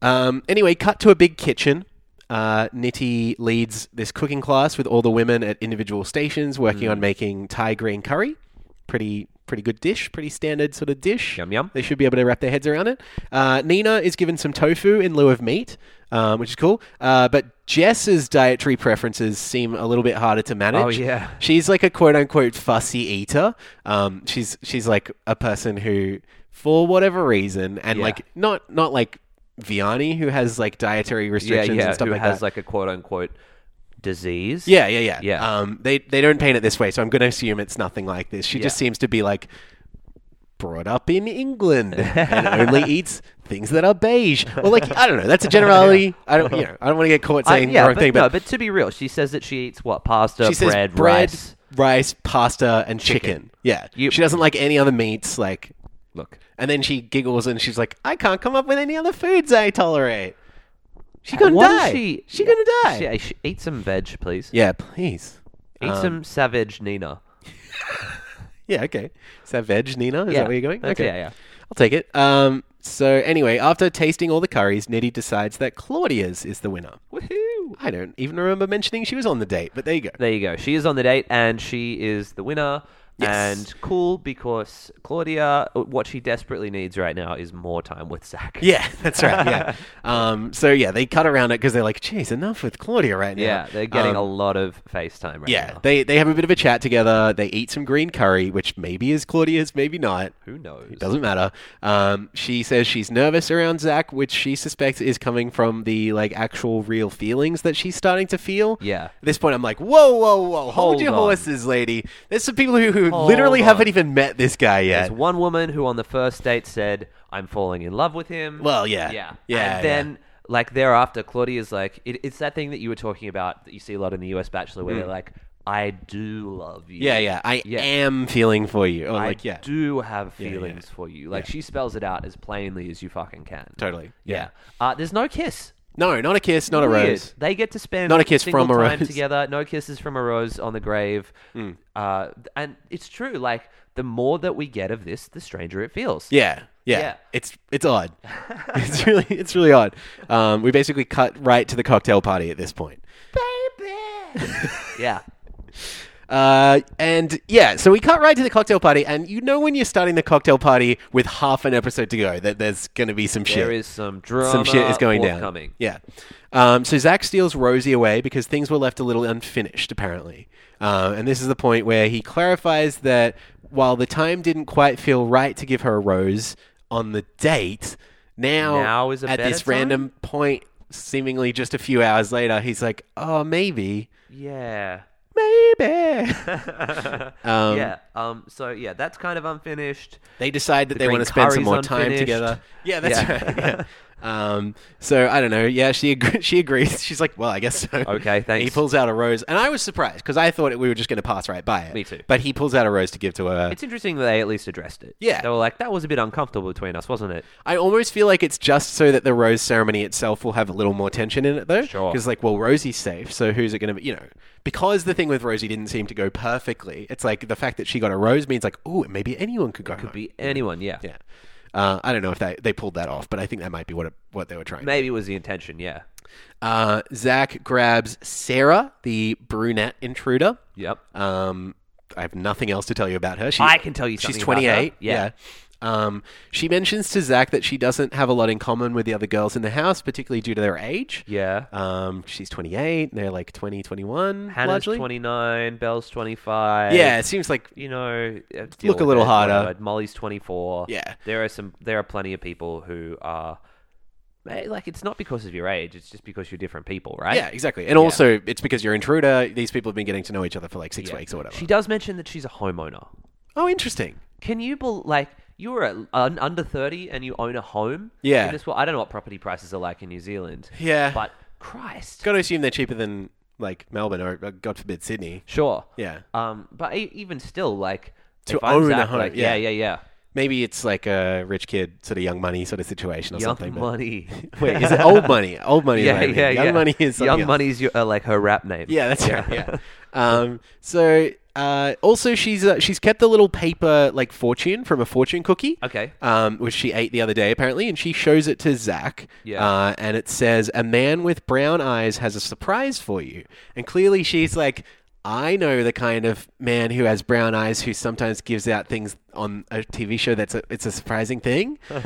B: Um, anyway, cut to a big kitchen. Uh, Nitty leads this cooking class with all the women at individual stations working
A: Hmm.
B: on making Thai green curry. Pretty, pretty good dish. Pretty standard sort of dish.
A: Yum, yum.
B: They should be able to wrap their heads around it. Uh, Nina is given some tofu in lieu of meat, um, which is cool. Uh, but Jess's dietary preferences seem a little bit harder to manage.
A: Oh, yeah.
B: She's like a quote unquote fussy eater. Um, she's she's like a person who, for whatever reason, and
A: Yeah.
B: like not not like Vianney who has like dietary restrictions and stuff
A: who
B: like
A: has
B: that.
A: like a quote unquote disease.
B: yeah, yeah, yeah,
A: Yeah.
B: Um, they they don't paint it this way, so I'm going to assume it's nothing like this. She just
A: Yeah.
B: seems to be like brought up in England and only eats things that are beige. Or like I don't know. That's a generality. I don't. You know. I don't want to get caught
A: I-
B: saying the wrong
A: but,
B: thing.
A: no,
B: But,
A: but to be real, she says that she eats what pasta,
B: she says
A: bread, rice.
B: rice, pasta, and chicken. Yeah.
A: You-
B: she doesn't like any other meats. Like,
A: Look,
B: and then she giggles and she's like, "I can't come up with any other foods I tolerate." She gonna
A: What is
B: die.
A: She,
B: She gonna die.
A: She, she- eat some veg, please.
B: yeah, please.
A: Eat
B: Um,
A: some savage Nina.
B: Yeah, okay. Is that veg, Nina? Is
A: Yeah,
B: that where you're going?
A: that's-
B: okay.
A: yeah, yeah.
B: I'll take it. Um, so anyway, after tasting all the curries, Nitty decides that Claudia's is the winner.
A: Woohoo!
B: I don't even remember mentioning she was on the date, but there you go.
A: There you go. She is on the date, and she is the winner.
B: Yes.
A: And cool because Claudia, uh, what she desperately needs right now is more time with Zach.
B: Yeah, that's right. Yeah. um, so yeah, they cut around it because they're like, "Jeez, enough with Claudia right now."
A: Yeah, they're getting
B: Um,
A: a lot of FaceTime right
B: Yeah,
A: now.
B: they they have a bit of a chat together. They eat some green curry, which maybe is Claudia's, maybe not.
A: Who knows?
B: Doesn't matter. Um, she says she's nervous around Zach, which she suspects is coming from the like actual real feelings that she's starting to feel.
A: Yeah.
B: At this point, I'm like, whoa, whoa, whoa, hold,
A: Hold
B: your
A: on.
B: horses, lady. There's some people who, who
A: Hold
B: literally
A: on.
B: haven't even met this guy yet.
A: There's one woman who on the first date said, I'm falling in love with him.
B: Well, yeah.
A: Yeah.
B: Yeah,
A: And then, like, thereafter, Claudia's like, it, it's that thing that you were talking about that you see a lot in the US Bachelor where they're like, I do love you.
B: Mm. Yeah, yeah. I
A: Yeah.
B: am feeling for you. Or
A: I
B: like, yeah,
A: do have
B: Yeah, yeah.
A: feelings for you. Like, she spells it out as plainly as you fucking can.
B: totally.
A: Yeah. Uh, there's no kiss.
B: No, not a kiss, not a
A: Weird.
B: rose.
A: They get to spend
B: Not a kiss
A: single
B: from a
A: time
B: rose. Mm.
A: together. No kisses from a rose on the grave. Uh, th- and it's true. Like the more that we get of this, the stranger it feels.
B: Yeah, yeah.
A: Yeah.
B: It's it's odd. it's really it's really odd. Um, we basically cut right to the cocktail party at this point.
A: Yeah.
B: Uh, and yeah, so we cut right to the cocktail party, and you know when you're starting the cocktail party with half an episode to go that there's going to be some shit.
A: There is some drama.
B: some shit is going down.
A: forthcoming.
B: Yeah. Um, so Zach steals Rosie away because things were left a little unfinished, apparently. Um, and this is the point where he clarifies that while the time didn't quite feel right to give her a rose on the date, now,
A: Now is a
B: at
A: better
B: this
A: time?
B: random point, seemingly just a few hours later, he's like, oh, maybe,
A: Yeah.
B: maybe. um,
A: yeah. Um. So yeah, that's kind of unfinished.
B: They decide that they
A: green
B: want to spend some
A: curry's
B: more time
A: unfinished.
B: together. Yeah, that's
A: Yeah.
B: right. yeah. Um, so I don't know. Yeah, she agre- she agrees. She's like, well, I guess so.
A: Okay, thanks.
B: He pulls out a rose, and I was surprised because I thought we were just going to pass right by it.
A: Me too.
B: But he pulls out a rose to give to her.
A: It's interesting that they at least addressed it.
B: Yeah.
A: They were like, that was a bit uncomfortable between us, wasn't it?
B: I almost feel like it's just so that the rose ceremony itself will have a little more tension in it, though.
A: Sure.
B: Because like, well, Rosie's safe, so who's it going to be? You know, because the thing with Rosie didn't seem to go perfectly. It's like the fact that she got a rose means like, oh, maybe anyone could go.
A: Could be anyone. Yeah.
B: Yeah. Uh, I don't know if they, they pulled that off, but I think that might be what it, what they were trying.
A: Maybe it was the intention. Yeah.
B: Uh, Zach grabs Sarah, the brunette intruder.
A: Yep.
B: Um, I have nothing else to tell you about her. She's,
A: I can tell you
B: She's
A: something about her.
B: 28.
A: Yeah.
B: yeah. Um, she mentions to Zach that she doesn't have a lot in common with the other girls in the house, particularly due to their age.
A: Yeah.
B: Um, she's 28, and they're like 20, 21,
A: Hannah's
B: largely.
A: 29, Belle's 25.
B: Yeah, it seems like
A: You know, uh, deal
B: Look a
A: with
B: little
A: it,
B: harder.
A: whatever. Molly's 24.
B: Yeah.
A: There are some there are plenty of people who are eh, like it's not because of your age, it's just because you're different people, right?
B: yeah, exactly. And also, it's because you're intruder. These people have been getting to know each other for like six weeks or whatever.
A: She does mention that she's a homeowner.
B: oh, interesting.
A: Can you bel like you were a, un, under 30 and you own a home?
B: Yeah.
A: In this world, I don't know what property prices are like in New Zealand.
B: Yeah.
A: But Christ.
B: Got to assume they're cheaper than like Melbourne or uh, God forbid Sydney.
A: Sure.
B: Yeah.
A: Um but e- even still like
B: To
A: if I'm
B: own a
A: Zach,
B: home,
A: like,
B: yeah.
A: yeah, yeah, yeah.
B: Maybe it's like a rich kid sort of young money sort of situation or
A: Young
B: something. but-
A: money.
B: Wait, is it old money? Old money. is
A: yeah,
B: what I mean.
A: yeah,
B: Young
A: yeah.
B: money is something
A: Young
B: else.
A: money's your, uh, like her rap name.
B: Yeah, that's right. Yeah. um, so uh, also she's uh, she's kept a little paper like fortune from a fortune cookie.
A: Okay.
B: Um, which she ate the other day apparently, and she shows it to Zach.
A: Yeah.
B: Uh, and it says, "A man with brown eyes has a surprise for you." And clearly, she's like. I know the kind of man who has brown eyes who sometimes gives out things on a TV show that's a, it's a surprising thing. I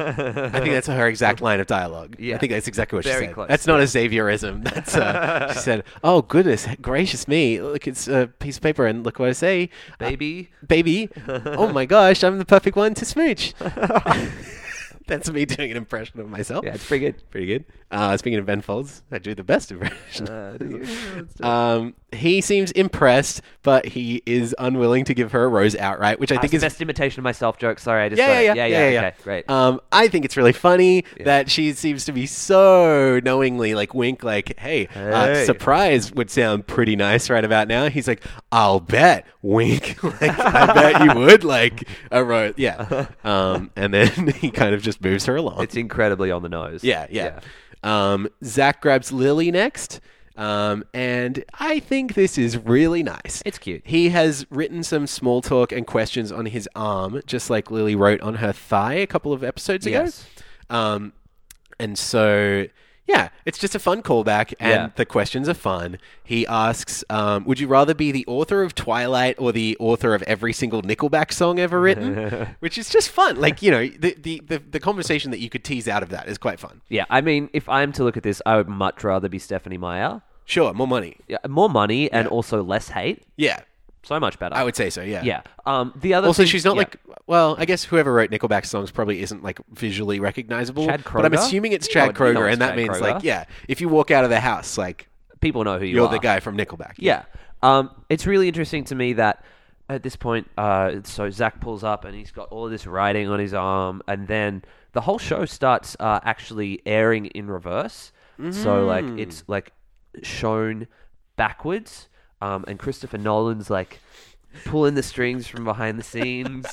B: think that's her exact line of dialogue. I
A: Yeah.
B: think that's exactly what she
A: Very
B: said.
A: close,
B: That's not a Xavierism. That's uh, she said. Oh goodness gracious me! Look, it's a piece of paper, and look what I say, Uh,
A: Baby.
B: baby. oh my gosh, I'm the perfect one to smooch. That's me doing an impression of myself.
A: Yeah, it's pretty good.
B: Pretty good. Uh, speaking of Ben Folds, I drew the best impression.
A: Uh, let's do it.
B: um, he seems impressed, but he is unwilling to give her a rose outright, which I
A: That's
B: think
A: the
B: is
A: best imitation of myself joke. Sorry, I just
B: yeah,
A: got it.
B: yeah, yeah, yeah, yeah, yeah.
A: Okay, great.
B: Um, I think it's really funny that she seems to be so knowingly like wink, like, "Hey, Uh,
A: Hey.
B: surprise would sound pretty nice right about now." He's like, "I'll bet," wink. like, I bet you would like a rose, yeah. Um, and then he kind of just moves her along.
A: it's incredibly on the nose.
B: Yeah, yeah. Um, Zach grabs Lily next. Um, and I think this is really nice.
A: It's cute.
B: He has written some small talk and questions on his arm, just like Lily wrote on her thigh a couple of episodes ago.
A: Yes.
B: Um, and so, yeah, it's just a fun callback, and
A: Yeah.
B: the questions are fun. He asks, um, "Would you rather be the author of Twilight or the author of every single Nickelback song ever written?" Which is just fun. Like you know, the, the the the conversation that you could tease out of that is quite fun.
A: Yeah, I mean, if I'm to look at this, I would much rather be Stephanie Meyer.
B: Sure, more money.
A: Yeah, more money and
B: Yeah.
A: also less hate.
B: Yeah,
A: So much better.
B: I would say so. Yeah.
A: Yeah. Um, the other
B: Also,
A: thing-
B: she's not
A: yeah.
B: like. Well, I guess whoever wrote Nickelback songs probably isn't like visually recognizable.
A: Chad
B: But I'm
A: Kroeger?
B: assuming it's
A: You know
B: Chad
A: it- you know
B: Kroger,
A: it's
B: and that
A: Chad
B: means like,
A: Kroeger.
B: yeah, if you walk out of the house, like
A: people know who you
B: you're
A: are.
B: the guy from Nickelback.
A: Yeah. Um, it's really interesting to me that at this point, uh, so Zach pulls up and he's got all of this writing on his arm, and then the whole show starts uh, actually airing in reverse. So like
B: Mm.
A: it's like shown backwards, um, and Christopher Nolan's like pulling the strings from behind the scenes,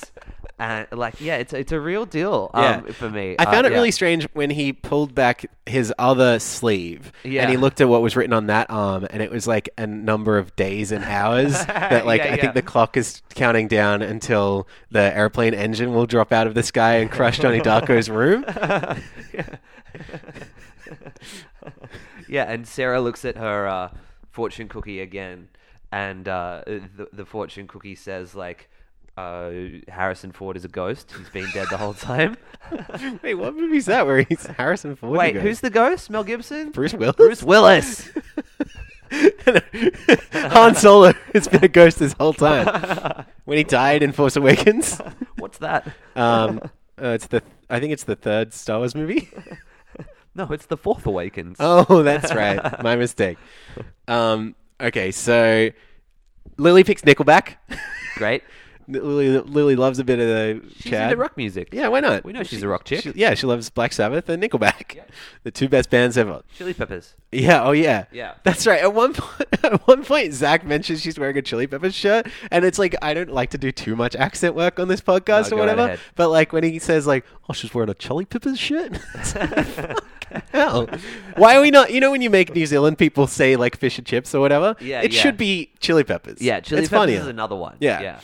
A: and like yeah, it's it's a real deal um,
B: Yeah.
A: for me.
B: I
A: Uh,
B: found it
A: yeah.
B: really strange when he pulled back his other sleeve and
A: Yeah.
B: he looked at what was written on that arm and it was like a number of days and hours that like
A: Yeah,
B: I
A: yeah.
B: think the clock is counting down until the airplane engine will drop out of the sky and crush Johnny Darko's room.
A: yeah, and Sarah looks at her uh, fortune cookie again, and uh, the, the fortune cookie says like, uh, "Harrison Ford is a ghost. He's been dead the whole time."
B: Wait, what movie's that where he's Harrison Ford?
A: Wait,
B: again?
A: who's the ghost? Mel Gibson?
B: Bruce Willis?
A: Bruce Willis.
B: Han Solo has been a ghost this whole time. When he died in Force Awakens.
A: What's that?
B: Um, uh, it's the I think it's the third Star Wars movie.
A: no, it's the Fourth Awakens.
B: Oh, that's right. My mistake. Um, okay, so Lily picks Nickelback.
A: Great.
B: Lily, Lily loves a bit of the
A: She's
B: Chad.
A: into rock music.
B: Yeah, why not?
A: We know she's a rock chick.
B: She, yeah, she loves Black Sabbath and Nickelback, the two best bands ever.
A: Chili Peppers.
B: Yeah. Oh, yeah.
A: Yeah.
B: That's right. At one point, at one point, Zach mentions she's wearing a Chili Peppers shirt, and it's like I don't like to do too much accent work on this podcast
A: No, go
B: or
A: right
B: whatever.
A: ahead.
B: But like when he says like, "Oh, she's wearing a Chili Peppers shirt," It's like, fuck hell, why are we not? You know, when you make New Zealand people say like fish and chips or whatever,
A: Yeah,
B: it
A: yeah.
B: should be Chili Peppers.
A: Yeah, Chili
B: it's
A: Peppers
B: funnier.
A: is another one.
B: Yeah.
A: yeah.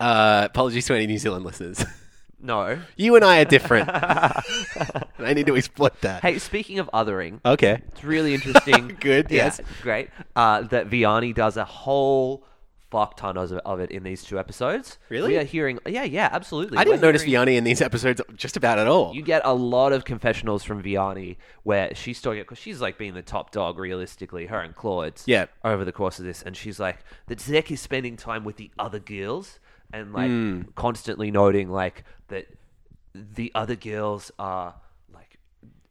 B: uh, apologies to any New Zealand listeners.
A: No.
B: you and I are different. I need to exploit that.
A: Hey, speaking of othering,
B: Okay.
A: It's really interesting.
B: Oh. Good,
A: Yeah,
B: yes.
A: Great. Uh, that Vianney does a whole fuck ton of, of it in these two episodes.
B: Really?
A: We are hearing. Yeah, yeah, absolutely.
B: I didn't
A: We're
B: notice
A: hearing-
B: Vianney in these episodes just about at all.
A: You get a lot of confessionals from Vianney where she's talking because she's like being the top dog realistically, her and Claude.
B: Yeah.
A: Over the course of this, and she's like that Zek is spending time with the other girls and like
B: Hmm.
A: constantly noting like that the other girls are like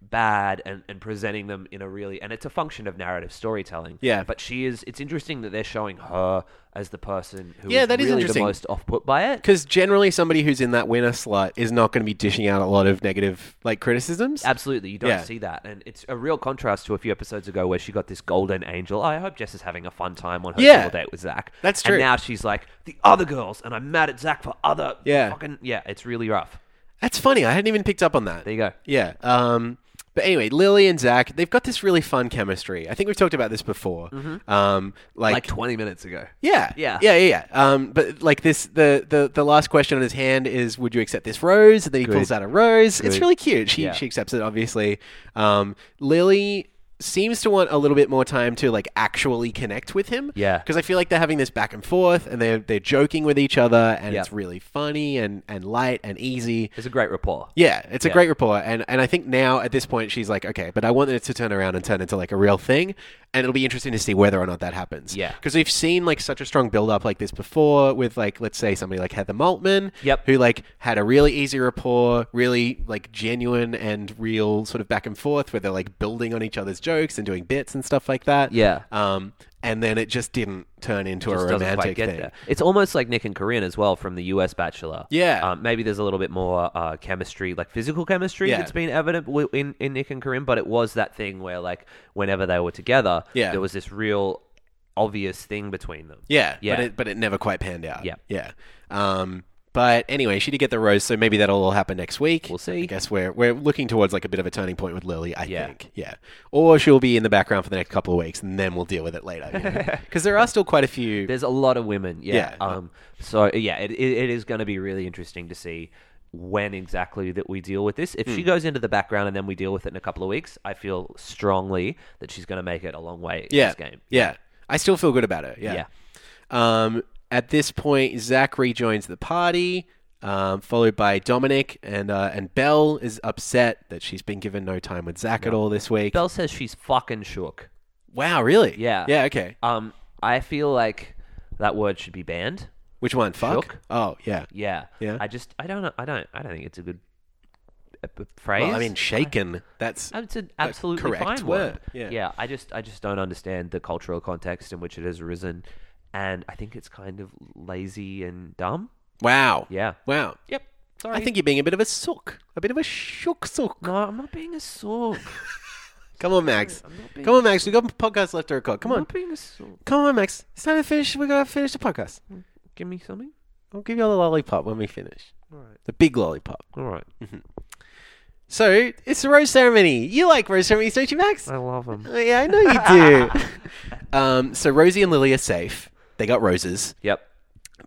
A: bad and, and presenting them in a really and it's a function of narrative storytelling.
B: Yeah.
A: But she is it's interesting that they're showing her as the person who
B: Yeah,
A: is
B: that is
A: really
B: interesting.
A: the most off put by it.
B: Because generally, somebody who's in that winner slot is not going to be dishing out a lot of negative like criticisms.
A: Absolutely, you don't
B: Yeah.
A: see that, and it's a real contrast to a few episodes ago where she got this golden angel. I hope Jess is having a fun time on her
B: Yeah.
A: single date with Zach.
B: That's true.
A: And now she's like the other girls, and I'm mad at Zach for other.
B: Yeah.
A: fucking yeah. It's really rough.
B: That's funny. I hadn't even picked up on that.
A: There you go.
B: Yeah. Um, but anyway, Lily and Zach, they've got this really fun chemistry. I think we've talked about this before. Um,
A: Mm-hmm.
B: like,
A: Like 20 minutes ago.
B: yeah,
A: Yeah.
B: yeah, yeah, yeah. Um, but like this, the, the the last question on his hand is, "Would you accept this rose?" And then he pulls out a rose. It's
A: Good.
B: really cute. She
A: Yeah.
B: she accepts it, obviously. Um, Lily seems to want a little bit more time to like actually connect with him.
A: Yeah.
B: Because I feel like they're having this back and forth and they're they're joking with each other and
A: Yeah.
B: it's really funny and, and light and easy.
A: It's a great rapport.
B: Yeah, it's a
A: Yeah.
B: great rapport, and and I think now at this point she's like, okay, but I want it to turn around and turn into like a real thing, and it'll be interesting to see whether or not that happens.
A: Yeah.
B: because we've seen like such a strong build up like this before with like let's say somebody like Heather Maltman,
A: Yep.
B: who like had a really easy rapport, really like genuine and real sort of back and forth where they're like building on each other's jokes and doing bits and stuff like that.
A: Yeah.
B: um, and then it just didn't turn into a
A: Just doesn't
B: romantic
A: quite get
B: thing.
A: there. It's almost like Nick and Corinne as well from the U.S. Bachelor.
B: Yeah.
A: um, maybe there's a little bit more uh, chemistry, like physical chemistry,
B: Yeah.
A: that's been evident w- in in Nick and Corinne. But it was that thing where, like, whenever they were together,
B: Yeah.
A: there was this real obvious thing between them.
B: Yeah,
A: Yeah.
B: But it, but it never quite panned out.
A: Yeah.
B: yeah. Um, but anyway, she did get the rose, so maybe that'll all happen next week.
A: We'll see.
B: I guess we're we're looking towards like a bit of a turning point with Lily. I
A: Yeah.
B: think. Yeah. Or she'll be in the background for the next couple of weeks, and then we'll deal with it later. Because there are still quite a few.
A: There's a lot of women. Yeah.
B: Yeah.
A: Um. So yeah, it it, it is going to be really interesting to see when exactly that we deal with this. If
B: Hmm.
A: she goes into the background and then we deal with it in a couple of weeks, I feel strongly that she's going to make it a long way in
B: yeah.
A: this game.
B: Yeah. I still feel good about it.
A: Yeah.
B: Yeah. Um, at this point, Zach rejoins the party. Um, followed by Dominic and uh, and Belle is upset that she's been given no time with Zach at all this week.
A: Belle says she's fucking shook.
B: Wow, really?
A: Yeah.
B: Yeah. Okay.
A: Um, I feel like that word should be banned.
B: Which one? Fuck.
A: Shook?
B: Oh yeah.
A: Yeah.
B: Yeah.
A: I just I don't know. I don't I don't think it's a good uh, p- phrase. Oh,
B: Well, I mean, shaken. That's
A: It's an absolutely
B: correct
A: fine
B: word,
A: word.
B: yeah.
A: I just I just don't understand the cultural context in which it has arisen, and I think it's kind of lazy and dumb.
B: wow.
A: Yeah.
B: Wow.
A: Yep. Sorry.
B: I think you're being a bit of a sook, a bit of a shook sook.
A: No, I'm not being a sook.
B: Come on, Max.
A: not being
B: Come on, Max. We got podcasts left to record. Come
A: I'm
B: on.
A: not being a sook.
B: Come on, Max. It's time to finish. We gotta finish the podcast.
A: Give me something.
B: I'll give you all the lollipop when we finish.
A: All right.
B: The big lollipop.
A: All right.
B: So it's the rose ceremony. You like rose ceremonies, don't you, Max?
A: I love him.
B: Oh, yeah, I know you do. um, so Rosie and Lily are safe. They got roses.
A: Yep.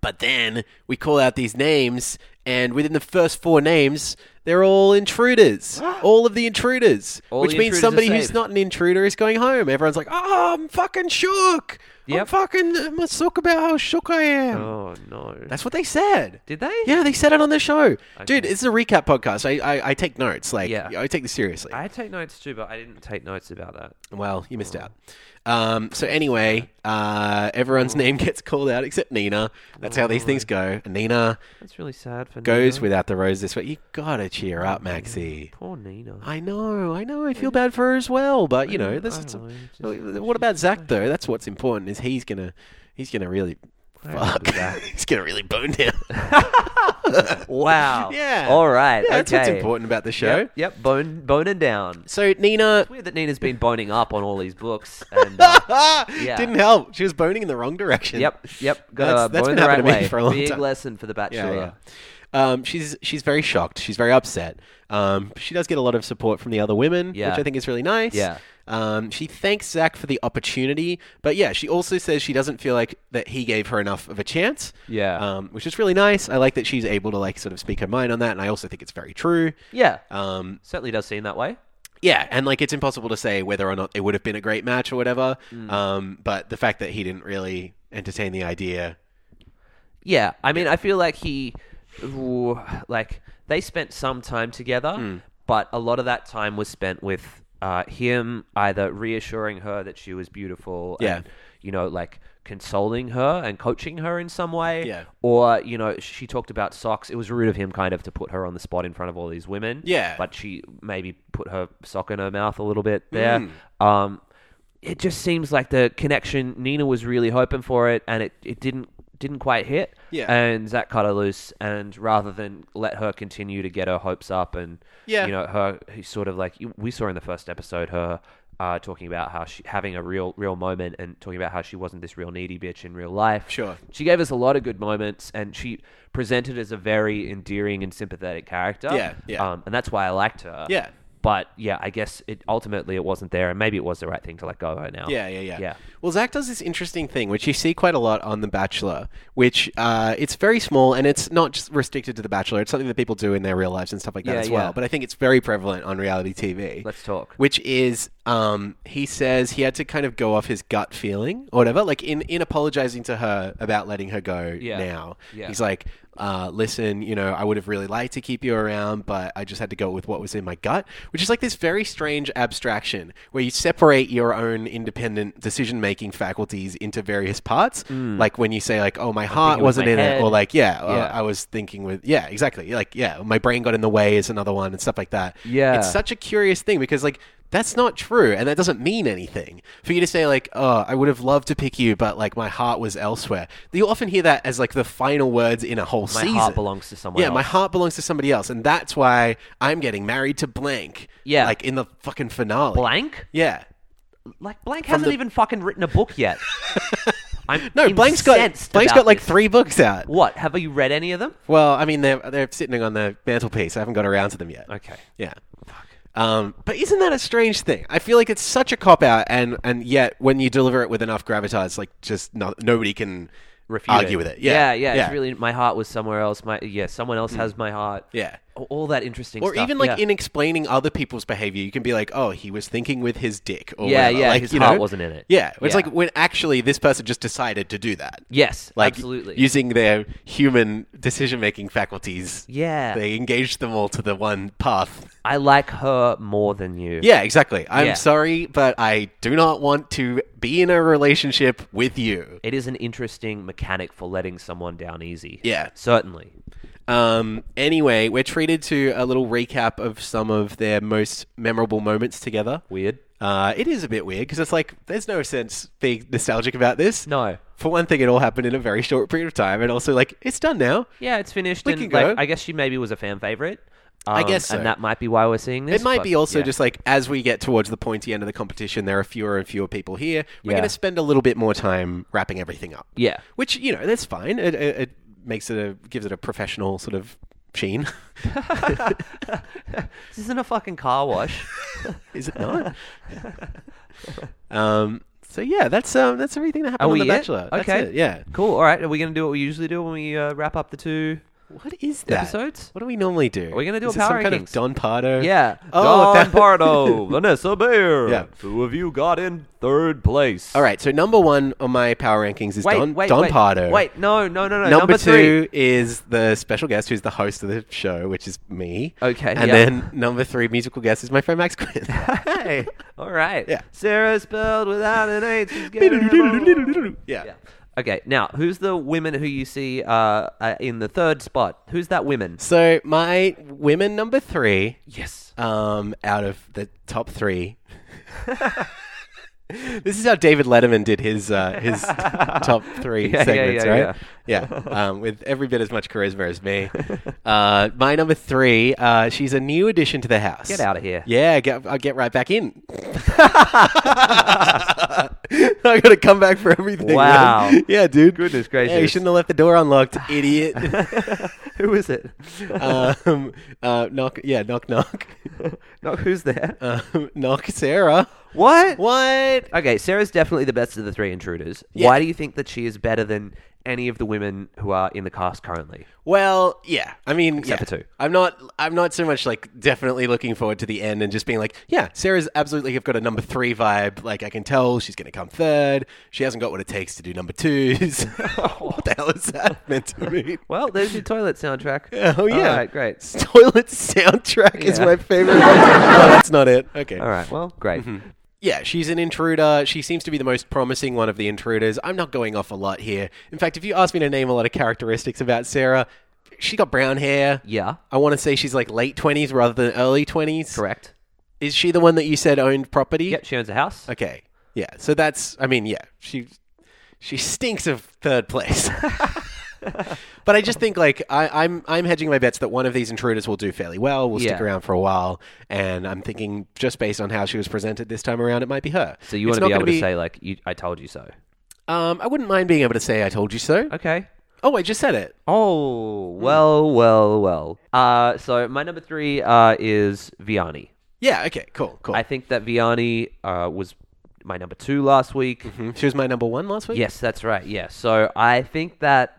B: But then we call out these names, and within the first four names, they're all intruders. all of the intruders.
A: Ah. All
B: which
A: the
B: means
A: intruders
B: somebody
A: are
B: who's
A: safe.
B: not an intruder is going home. Everyone's like, oh, I'm fucking shook. I'm
A: Yep.
B: fucking, I'm a sook about how shook I am.
A: Oh no.
B: Um, That's what they said.
A: Did they?
B: Yeah, they said it on the show. Dude, it's a recap podcast. I, I, I take notes. Like,
A: Yeah.
B: I take this seriously.
A: I take notes too, but I didn't take notes about that.
B: Well, you missed out. Um, so anyway, uh, everyone's name gets called out except Nina. That's how these things go. And Nina
A: That's really sad for
B: goes
A: Nina.
B: without the rose this week. You gotta cheer up, Maxie.
A: poor Nina.
B: Mm. I know, I know. I feel bad for her as well, but you know, this.
A: I
B: It's
A: don't know, just-
B: what about Zach though? That's what's important. Is he's gonna, he's gonna really fuck. he's gonna really bone down.
A: wow.
B: Yeah.
A: All right.
B: yeah, that's what's
A: okay.
B: important about the show.
A: Yep. Yep. Bone boning down.
B: So Nina
A: It's weird that Nina's been boning up on all these books. And, uh, yeah.
B: Ah! didn't help. She was boning in the wrong direction.
A: yep. Yep. Got
B: That's-
A: to
B: that's
A: bone
B: been
A: the right
B: happening to me
A: way.
B: for a long
A: Big
B: time.
A: lesson for the Bachelor.
B: Um, she's she's very shocked. She's very upset. Um, she does get a lot of support from the other women,
A: Yeah.
B: which I think is really nice.
A: Yeah.
B: Um, she thanks Zach for the opportunity, but yeah, she also says she doesn't feel like that he gave her enough of a chance.
A: Yeah.
B: Um, which is really nice. I like that she's able to like sort of speak her mind on that, and I also think it's very true.
A: Yeah.
B: Um,
A: Certainly does seem that way.
B: yeah, and like it's impossible to say whether or not it would have been a great match or whatever.
A: Mm.
B: Um, but the fact that he didn't really entertain the idea,
A: Yeah, I mean, I feel like he, ooh, like they spent some time together,
B: Hmm.
A: but a lot of that time was spent with uh, him either reassuring her that she was beautiful,
B: Yeah.
A: and, you know, like consoling her and coaching her in some way,
B: Yeah.
A: or you know, she talked about socks. It was rude of him, kind of, to put her on the spot in front of all these women,
B: Yeah.
A: but she maybe put her sock in her mouth a little bit there.
B: Hmm.
A: Um, it just seems like the connection Nina was really hoping for it, and it, it didn't didn't quite hit.
B: Yeah.
A: and Zach cut her loose, and rather than let her continue to get her hopes up, and
B: Yeah.
A: you know her he sort of like we saw in the first episode her. Uh, talking about how she having a real real moment and talking about how she wasn't this real needy bitch in real life.
B: Sure.
A: She gave us a lot of good moments and she presented as a very endearing and sympathetic character.
B: Yeah, yeah.
A: Um, and that's why I liked her.
B: Yeah.
A: But yeah, I guess it ultimately it wasn't there, and maybe it was the right thing to let go of her now.
B: Yeah, yeah, yeah.
A: Yeah.
B: Well, Zach does this interesting thing, which you see quite a lot on The Bachelor, which uh, it's very small and it's not just restricted to The Bachelor. It's something that people do in their real lives and stuff like that
A: Yeah,
B: as well.
A: yeah.
B: But I think it's very prevalent on reality TV.
A: Let's talk.
B: Which is um, he says he had to kind of go off his gut feeling or whatever. Like in, in apologizing to her about letting her go
A: Yeah.
B: now,
A: Yeah.
B: he's like, uh, "Listen, you know, I would have really liked to keep you around, but I just had to go with what was in my gut," which is like this very strange abstraction where you separate your own independent decision making faculties into various parts.
A: Mm.
B: Like when you say, "Like, oh, my heart
A: it was
B: wasn't
A: my
B: in it,"
A: head.
B: or like, "Yeah, uh,
A: Yeah.
B: I was thinking with," yeah, exactly. Like, yeah, my brain got in the way is another one and stuff like that.
A: Yeah.
B: it's such such a curious thing because like that's not true and that doesn't mean anything for you to say like oh i would have loved to pick you but like my heart was elsewhere you often hear that as like the final words in a whole
A: My
B: season
A: heart belongs to someone
B: yeah my
A: else.
B: heart belongs to somebody else and that's why i'm getting married to blank
A: Yeah.
B: like in the fucking finale
A: Blank?
B: yeah
A: Like Blank hasn't
B: the-
A: even fucking written a book yet. I'm
B: no blank's got
A: incensed
B: blank's
A: about
B: got like
A: this.
B: three books out
A: What? Have you read any of them?
B: well i mean they're they're sitting on the mantelpiece i haven't got around to them yet
A: Okay.
B: Yeah. Um, but isn't that a strange thing? I feel like it's such a cop out, and and yet when you deliver it with enough gravitas, like just not, nobody can
A: Refute
B: argue
A: it.
B: with it. Yeah, Mm.
A: yeah, It's really my heart was somewhere else. My yeah, someone else has my heart.
B: yeah.
A: A- all that interesting
B: Or
A: stuff.
B: even like
A: yeah.
B: in explaining other people's behavior, you can be like, "Oh, he was thinking with his dick," or
A: Yeah,
B: whatever.
A: yeah,
B: like,
A: his
B: you
A: heart
B: know?
A: wasn't in it.
B: Yeah, it's
A: Yeah.
B: like when actually this person just decided to do that.
A: yes,
B: Like
A: absolutely.
B: using their human decision making faculties.
A: yeah,
B: they engaged them all to the one path.
A: I like her more than you.
B: Yeah, exactly. I'm
A: Yeah.
B: sorry, but I do not want to be in a relationship with you.
A: It is an interesting mechanic for letting someone down easy.
B: Yeah.
A: certainly.
B: Um, anyway, we're treated to a little recap of some of their most memorable moments together.
A: Weird.
B: Uh, it is a bit weird because it's like there's no sense being nostalgic about this.
A: No.
B: For one thing, it all happened in a very short period of time, and also like it's done now.
A: Yeah, it's finished.
B: We
A: and
B: can
A: like,
B: go.
A: I guess she maybe was a fan favorite.
B: I
A: um,
B: guess so.
A: and that might be why we're seeing this.
B: It might
A: but-
B: be also
A: yeah.
B: just like as we get towards the pointy end of the competition, there are fewer and fewer people here. We're
A: Yeah.
B: going to spend a little bit more time wrapping everything up.
A: yeah.
B: which you know that's fine. It, it, it makes it a gives it a professional sort of sheen,
A: This isn't a fucking car wash.
B: is it not? um, so yeah, that's um, that's everything that
A: Are
B: happened on
A: we
B: The
A: it?
B: Bachelor. That's
A: Okay.
B: it, yeah.
A: cool. All right. Are we going to do what we usually do when we uh, wrap up the two?
B: What is that?
A: Episodes?
B: What do we normally do?
A: Are we gonna do
B: is
A: a
B: it some
A: power
B: kind
A: rankings?
B: of Don Pardo?
A: Yeah.
B: Oh,
A: Don
B: that-
A: Pardo, Vanessa Bayer.
B: Yeah.
A: Who have you got in third place?
B: All right. So number one on my power rankings is
A: Wait,
B: Don
A: wait,
B: Don
A: wait.
B: Pardo.
A: Wait, no, no, no, no.
B: Number,
A: three.
B: two is the special guest, who's the host of the show, which is me.
A: Okay,
B: And
A: yeah.
B: then number three musical guest is my friend Max Quinn.
A: Hey. All right.
B: Yeah.
A: Sarah spelled without an H. She's getting-
B: yeah.
A: Okay. Now, who's the women who you see uh, uh, in the third spot? Who's that women?
B: So my women number three,
A: Yes.
B: um, out of the top three. this is how David Letterman did his uh, his top three
A: Yeah, yeah,
B: segments,
A: yeah,
B: right? Yeah, Um, with every bit as much charisma as me. Uh, my number three, uh, she's a new addition to the house.
A: Get out of here.
B: Yeah, get, I'll get right back in. I gotta come back for everything. man.
A: Wow.
B: Yeah, dude.
A: Goodness
B: Yeah, you
A: gracious.
B: shouldn't have left the door unlocked, idiot.
A: who is it?
B: um, uh, knock, yeah, knock, knock,
A: Not who's there.
B: um, knock, Sarah.
A: uh, what?
B: What?
A: Okay, Sarah's definitely the best of the three intruders.
B: Yeah.
A: Why do you think that she is better than any of the women who are in the cast currently?
B: Well, yeah. I mean,
A: Except
B: yeah.
A: for two.
B: I'm not. I'm not so much like definitely looking forward to the end and just being like, yeah, Sarah's absolutely have got a number three vibe. Like I can tell she's going to come third. She hasn't got what it takes to do number twos. what the hell is that meant to mean?
A: Well, there's your toilet soundtrack.
B: Oh yeah,
A: All right, great.
B: Toilet soundtrack is
A: Yeah.
B: my favorite. oh, that's not it. Okay.
A: All right, well, great.
B: Mm-hmm. Yeah, she's an intruder. She seems to be the most promising one of the intruders. I'm not going off a lot here. In fact, if you ask me to name a lot of characteristics about Sarah, she got brown hair.
A: Yeah,
B: I want to say she's like late 20s rather than early 20s.
A: correct.
B: Is she the one that you said owned property?
A: Yep, she owns a house.
B: Okay. Yeah. So that's I mean, yeah. She she stinks of third place. but I just think like I, I'm I'm hedging my bets that one of these intruders will do fairly well, will stick
A: Yeah.
B: around for a while, and I'm thinking just based on how she was presented this time around, it might be her.
A: So you want
B: It's
A: to
B: not
A: be
B: gonna
A: able to say, like, you, I told you so.
B: um, I wouldn't mind being able to say I told you so.
A: Okay.
B: Oh, I just said it.
A: Oh, well, well, well. Uh, so my number three uh, is Vianney.
B: Yeah, okay, cool, cool.
A: I think that Vianney uh, was my number two last week.
B: Hmm, she was my number one last week.
A: Yes, that's right. Yeah. So I think that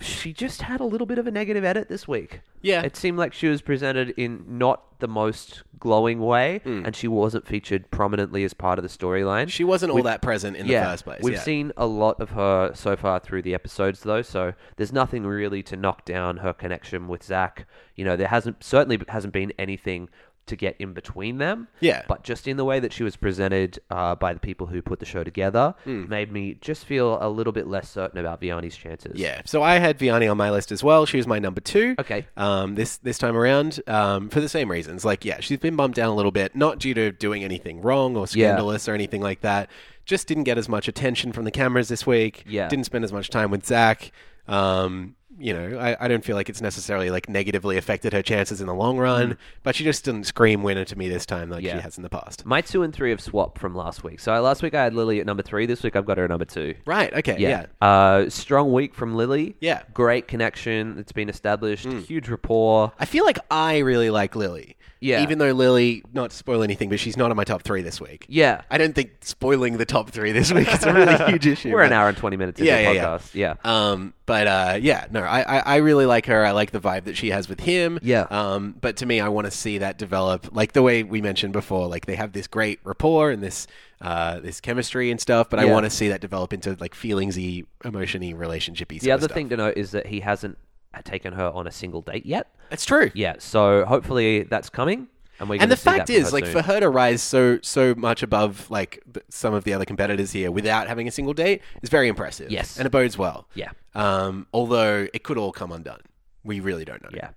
A: she just had a little bit of a negative edit this week.
B: Yeah.
A: It seemed like she was presented in not the most glowing way,
B: Hmm.
A: and she wasn't featured prominently as part of the storyline.
B: she wasn't all
A: We've-
B: that present in the first place.
A: We've
B: yeah.
A: seen a lot of her so far through the episodes, though, so there's nothing really to knock down her connection with Zach. You know, there hasn't certainly hasn't been anything to get in between them.
B: Yeah.
A: But just in the way that she was presented uh, by the people who put the show together,
B: Hmm.
A: made me just feel a little bit less certain about Vianney's chances.
B: Yeah, so I had Vianney on my list as well. She was my number two.
A: Okay.
B: Um, this this time around, um, for the same reasons. Like, yeah, she's been bumped down a little bit, not due to doing anything wrong or
A: Yeah.
B: scandalous or anything like that. Just didn't get as much attention from the cameras this week.
A: Yeah.
B: Didn't spend as much time with Zach. Um, you know, I, I don't feel like it's necessarily like negatively affected her chances in the long run, but she just didn't scream winner to me this time like
A: Mm. Yeah.
B: she has in the past.
A: My two and three have swapped from last week. So last week I had Lily at number three. This week I've got her at number two.
B: Right. Okay. Yeah.
A: Yeah. Uh, strong week from Lily.
B: Yeah. Hmm.
A: Great connection that's been established. Huge rapport.
B: I feel like I really like Lily.
A: Yeah.
B: Even though Lily, not to spoil anything, but she's not on my top three this week.
A: Yeah.
B: I don't think spoiling the top three this week is a really huge issue.
A: We're an
B: but-
A: hour and 20 minutes into
B: Yeah,
A: the
B: yeah, yeah.
A: podcast. Yeah.
B: Um, but uh, yeah, no, I, I, I really like her. I like the vibe that she has with him.
A: Yeah.
B: Um, but to me, I want to see that develop, like the way we mentioned before. Like they have this great rapport and this uh, this chemistry and stuff. But I
A: Yeah.
B: want to see that develop into like feelingsy, emotiony, relationshipy.
A: The
B: sort of
A: other
B: stuff.
A: thing to note is that he hasn't uh, taken her on a single date yet.
B: that's true.
A: Yeah. So hopefully that's coming. And, we're
B: and
A: gonna
B: the
A: see that
B: fact
A: from
B: is
A: her
B: like
A: soon.
B: for her to rise so so much above like th- some of the other competitors here without having a single date is very impressive
A: Yes.
B: and it bodes well
A: Yeah.
B: um although it could all come undone we really don't know
A: Yeah.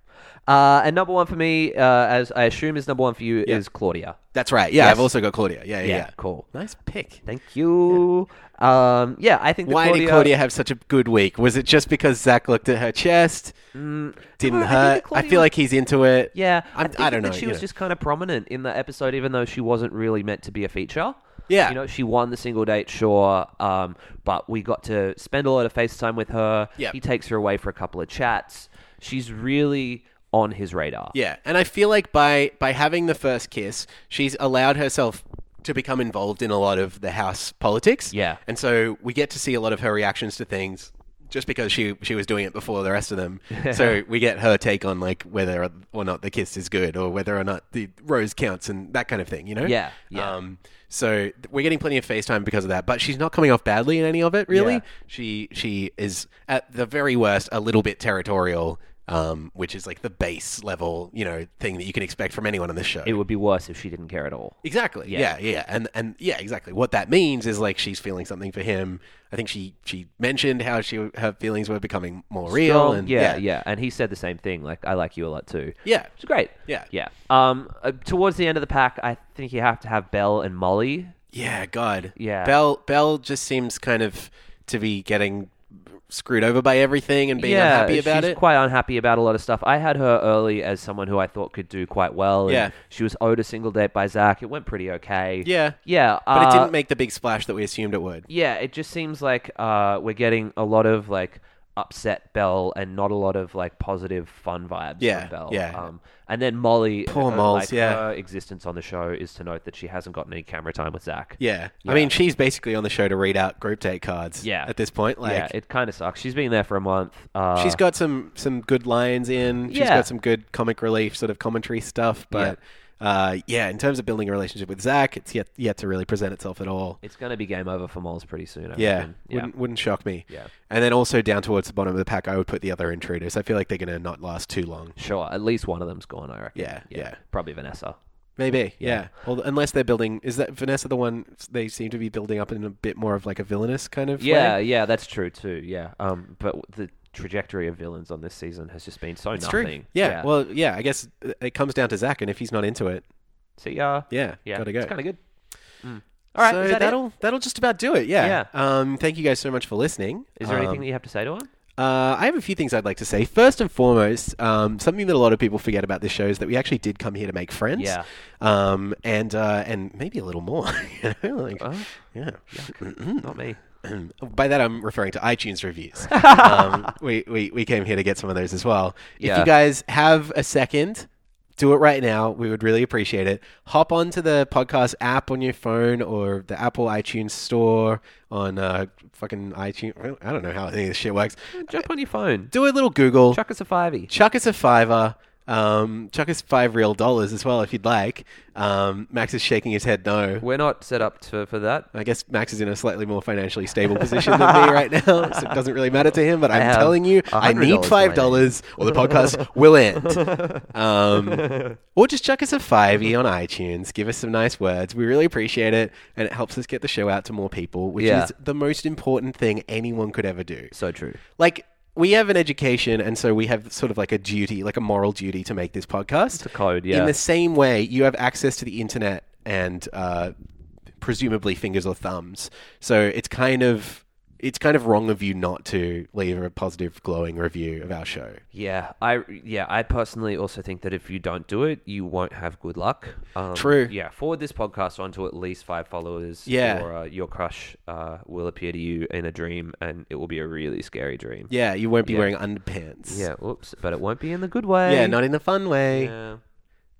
A: Uh, and number one for me, uh, as I assume is number one for you, is Claudia.
B: that's right yeah
A: Yes.
B: i've also got claudia yeah yeah,
A: Yeah.
B: yeah,
A: Cool.
B: nice pick
A: Thank you. Yeah. Um, yeah. I think that
B: why
A: Claudia,
B: did claudia have such a good week was it just because zach looked at her chest
A: no,
B: didn't
A: Mm, I think that
B: hurt I,
A: Claudia-
B: feel like he's into it
A: Yeah,
B: I'm,
A: think
B: i don't
A: that
B: know
A: She
B: you
A: was
B: know.
A: just kind of prominent in the episode, even though she wasn't really meant to be a feature.
B: Yeah.
A: you know, she won the single date, sure, um, but we got to spend a lot of FaceTime with her.
B: Yeah.
A: he takes her away for a couple of chats. She's really on his radar.
B: Yeah, and I feel like by by having the first kiss, she's allowed herself to become involved in a lot of the house politics.
A: Yeah.
B: and so we get to see a lot of her reactions to things. Just because she she was doing it before the rest of them, so we get her take on like whether or not the kiss is good, or whether or not the rose counts, and that kind of thing. You know?
A: Yeah, yeah.
B: Um, so th- we're getting plenty of FaceTime because of that, but she's not coming off badly in any of it. Really,
A: Yeah.
B: she she is at the very worst a little bit territorial, um, which is like the base level, you know, thing that you can expect from anyone on this show.
A: it would be worse if she didn't care at all.
B: exactly. Yeah. yeah, and and yeah, exactly. What that means is like she's feeling something for him. I think she she mentioned how she her feelings were becoming more real,
A: Strong,
B: and
A: yeah, yeah, and he said the same thing. Like, I like you a lot too.
B: Yeah.
A: it's great.
B: Yeah.
A: yeah. Um, uh, towards the end of the pack, I think you have to have Belle and Molly.
B: Yeah, God.
A: Yeah.
B: Bell Bell just seems kind of to be getting screwed over by everything and being unhappy about
A: she's
B: it.
A: quite unhappy about a lot of stuff. I had her early as someone who I thought could do quite well. and
B: Yeah.
A: she was owed a single date by Zach. It went pretty okay.
B: Yeah.
A: yeah,
B: but
A: uh,
B: it didn't make the big splash that we assumed it would.
A: Yeah, it just seems like uh, we're getting a lot of like upset Belle and not a lot of like positive fun vibes.
B: Yeah,
A: from Belle.
B: yeah.
A: Um, and then Molly,
B: Poor
A: uh,
B: Moles,
A: like,
B: yeah.
A: Her existence on the show is to note that she hasn't gotten any camera time with Zach.
B: Yeah.
A: Yeah.
B: I mean, she's basically on the show to read out group date cards
A: Yeah.
B: at this point. Like,
A: yeah, it kind of sucks. She's been there for a month. Uh,
B: she's got some, some good lines in. She's
A: Yeah.
B: got some good comic relief sort of commentary stuff. But uh, yeah, in terms of building a relationship with Zach, it's yet, yet to really present itself at all.
A: It's going to be game over for Moles pretty soon. I
B: Yeah,
A: reckon.
B: wouldn't wouldn't shock me.
A: Yeah.
B: and then also down towards the bottom of the pack, I would put the other intruders. I feel like they're going to not last too long.
A: Sure, at least one of them's gone, I reckon.
B: Yeah, yeah.
A: Probably Vanessa.
B: Maybe, yeah. Well, unless they're building, is that Vanessa the one they seem to be building up in a bit more of like a villainous kind of?
A: Yeah,
B: way?
A: yeah, that's true too. Yeah. Um, but w- the trajectory of villains on this season has just been so
B: it's
A: nothing.
B: true. Yeah. well, yeah. I guess it comes down to Zach, and if he's not into it,
A: see ya.
B: yeah,
A: yeah,
B: gotta go.
A: It's kind of good. Mm. All right,
B: so
A: is that it?
B: will that'll just about do it. Yeah. Um. Thank you guys so much for listening.
A: Is there
B: Um,
A: anything that you have to say to him?
B: Uh, I have a few things I'd like to say. First and foremost, um, something that a lot of people forget about this show is that we actually did come here to make friends.
A: Yeah.
B: Um, and uh, and maybe a little more. you know, like,
A: Oh.
B: yeah. mm.
A: Not me.
B: By that, I'm referring to iTunes reviews. um, we, we we came here to get some of those as well. If
A: Yeah.
B: you guys have a second. do it right now. We would really appreciate it. Hop onto the podcast app on your phone or the Apple iTunes store on uh, fucking iTunes. I don't know how any of this shit works.
A: Jump on your phone.
B: Do a little Google.
A: Chuck us a fivey.
B: chuck us a fiver. Um, chuck us five real dollars as well if you'd like. Um, Max is shaking his head no.
A: We're not set up to, for that.
B: I guess Max is in a slightly more financially stable position than me right now, so it doesn't really matter to him. But I'm
A: have
B: telling you, I need
A: $100
B: five dollars, or the podcast will end. Um, or just chuck us a fivey on iTunes. Give us some nice words. We really appreciate it, and it helps us get the show out to more people, which
A: Yeah.
B: is the most important thing anyone could ever do
A: So true.
B: like we have an education and so we have sort of like a duty like a moral duty to make this podcast
A: code, yeah.
B: in the same way you have access to the internet and uh, presumably fingers or thumbs so it's kind of it's kind of wrong of you not to leave a positive glowing review of our show
A: Yeah, I yeah, I personally also think that if you don't do it, you won't have good luck. Um,
B: True.
A: Yeah, forward this podcast on to at least five followers.
B: Yeah.
A: or uh, your crush uh, will appear to you in a dream, and it will be a really scary dream.
B: yeah you won't be wearing underpants
A: Yeah, oops, but it won't be in the good way.
B: yeah not in a fun way
A: Yeah.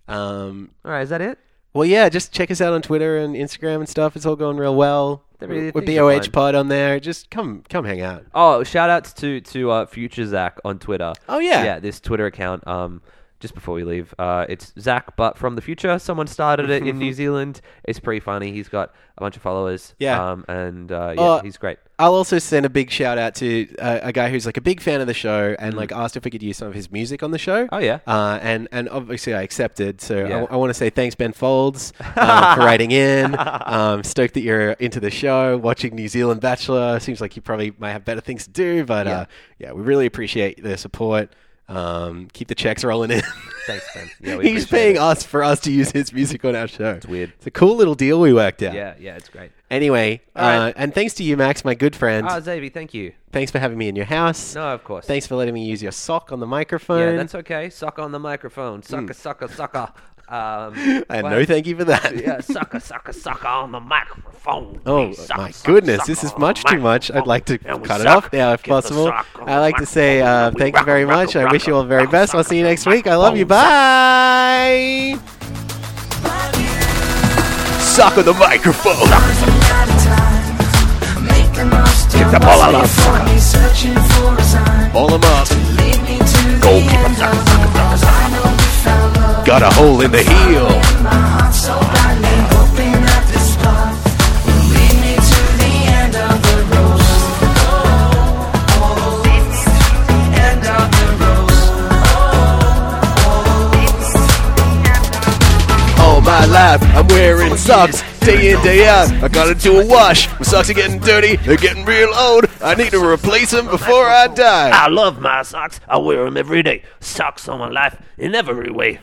B: um
A: All right, is that it?
B: well yeah just check us out on twitter and instagram and stuff it's all going real well
A: There really
B: we're
A: things are
B: boh
A: fine.
B: pod on there just come come hang out
A: Oh, shout outs to to uh, Future Zach on Twitter.
B: Oh, yeah.
A: yeah. This Twitter account. Um, just before we leave, uh, it's Zach, but from the future. Someone started it in New Zealand. It's pretty funny. He's got a bunch of followers.
B: Yeah.
A: um, and uh, yeah,
B: Oh,
A: he's great.
B: I'll also send a big shout out to uh, a guy who's like a big fan of the show and like asked if we could use some of his music on the show.
A: Mm-hmm. Oh, yeah.
B: uh, and and obviously I accepted. So I
A: Yeah.
B: want to say thanks, Ben Folds, uh, for writing in. Um, stoked that you're into the show, watching New Zealand Bachelor. Seems like you probably might have better things to do, but yeah, uh, yeah we really appreciate the support. Um, keep the checks rolling in.
A: Thanks, Ben. Yeah, we
B: He's
A: appreciate
B: paying
A: it.
B: us for us to use his music on our show. It's
A: weird.
B: It's a cool little deal we worked out.
A: Yeah, yeah, it's great.
B: Anyway,
A: All right.
B: uh, and thanks to you, Max, my good friend.
A: Ah, Xavi, thank you.
B: Thanks for having me in your house.
A: No, of course.
B: Thanks for letting me use your sock on the microphone.
A: Yeah, that's okay. Suck on the microphone. Sucker, sucker, sucker. Um,
B: and
A: what?
B: Mm. no thank you for that.
A: Yeah, sucker, sucker, sucker on the microphone.
B: Oh
A: We suck,
B: my
A: suck,
B: goodness,
A: suck
B: this is
A: on the
B: much too much. I'd like to
A: microphone. And we
B: cut it
A: suck.
B: off now if
A: Get the
B: possible.
A: suck on
B: I
A: the
B: like to say
A: microphone.
B: uh,
A: We
B: thank you
A: rock,
B: very
A: rock,
B: much. I
A: rock,
B: wish you all the very
A: rock,
B: best. I'll
A: suck
B: see you
A: on the
B: next week. I love you. Bye. Suck on the microphone.
D: Get the ball out of Searching for a sign.
B: Ball 'em up.
D: Lead me to the end of the world. I know we fell love.
B: Got a hole in the heel.
D: My heart so badly hoping that this love will lead me to the end of the road. Oh, oh, lead me to the end of the road. Oh, oh, lead me to the end of the road.
B: All my life, I'm wearing socks day in, day out. I got into a wash. My socks are getting dirty, they're getting real old. I need to replace them before I die.
E: I love my socks. I wear them every day. Socks on my life in every way.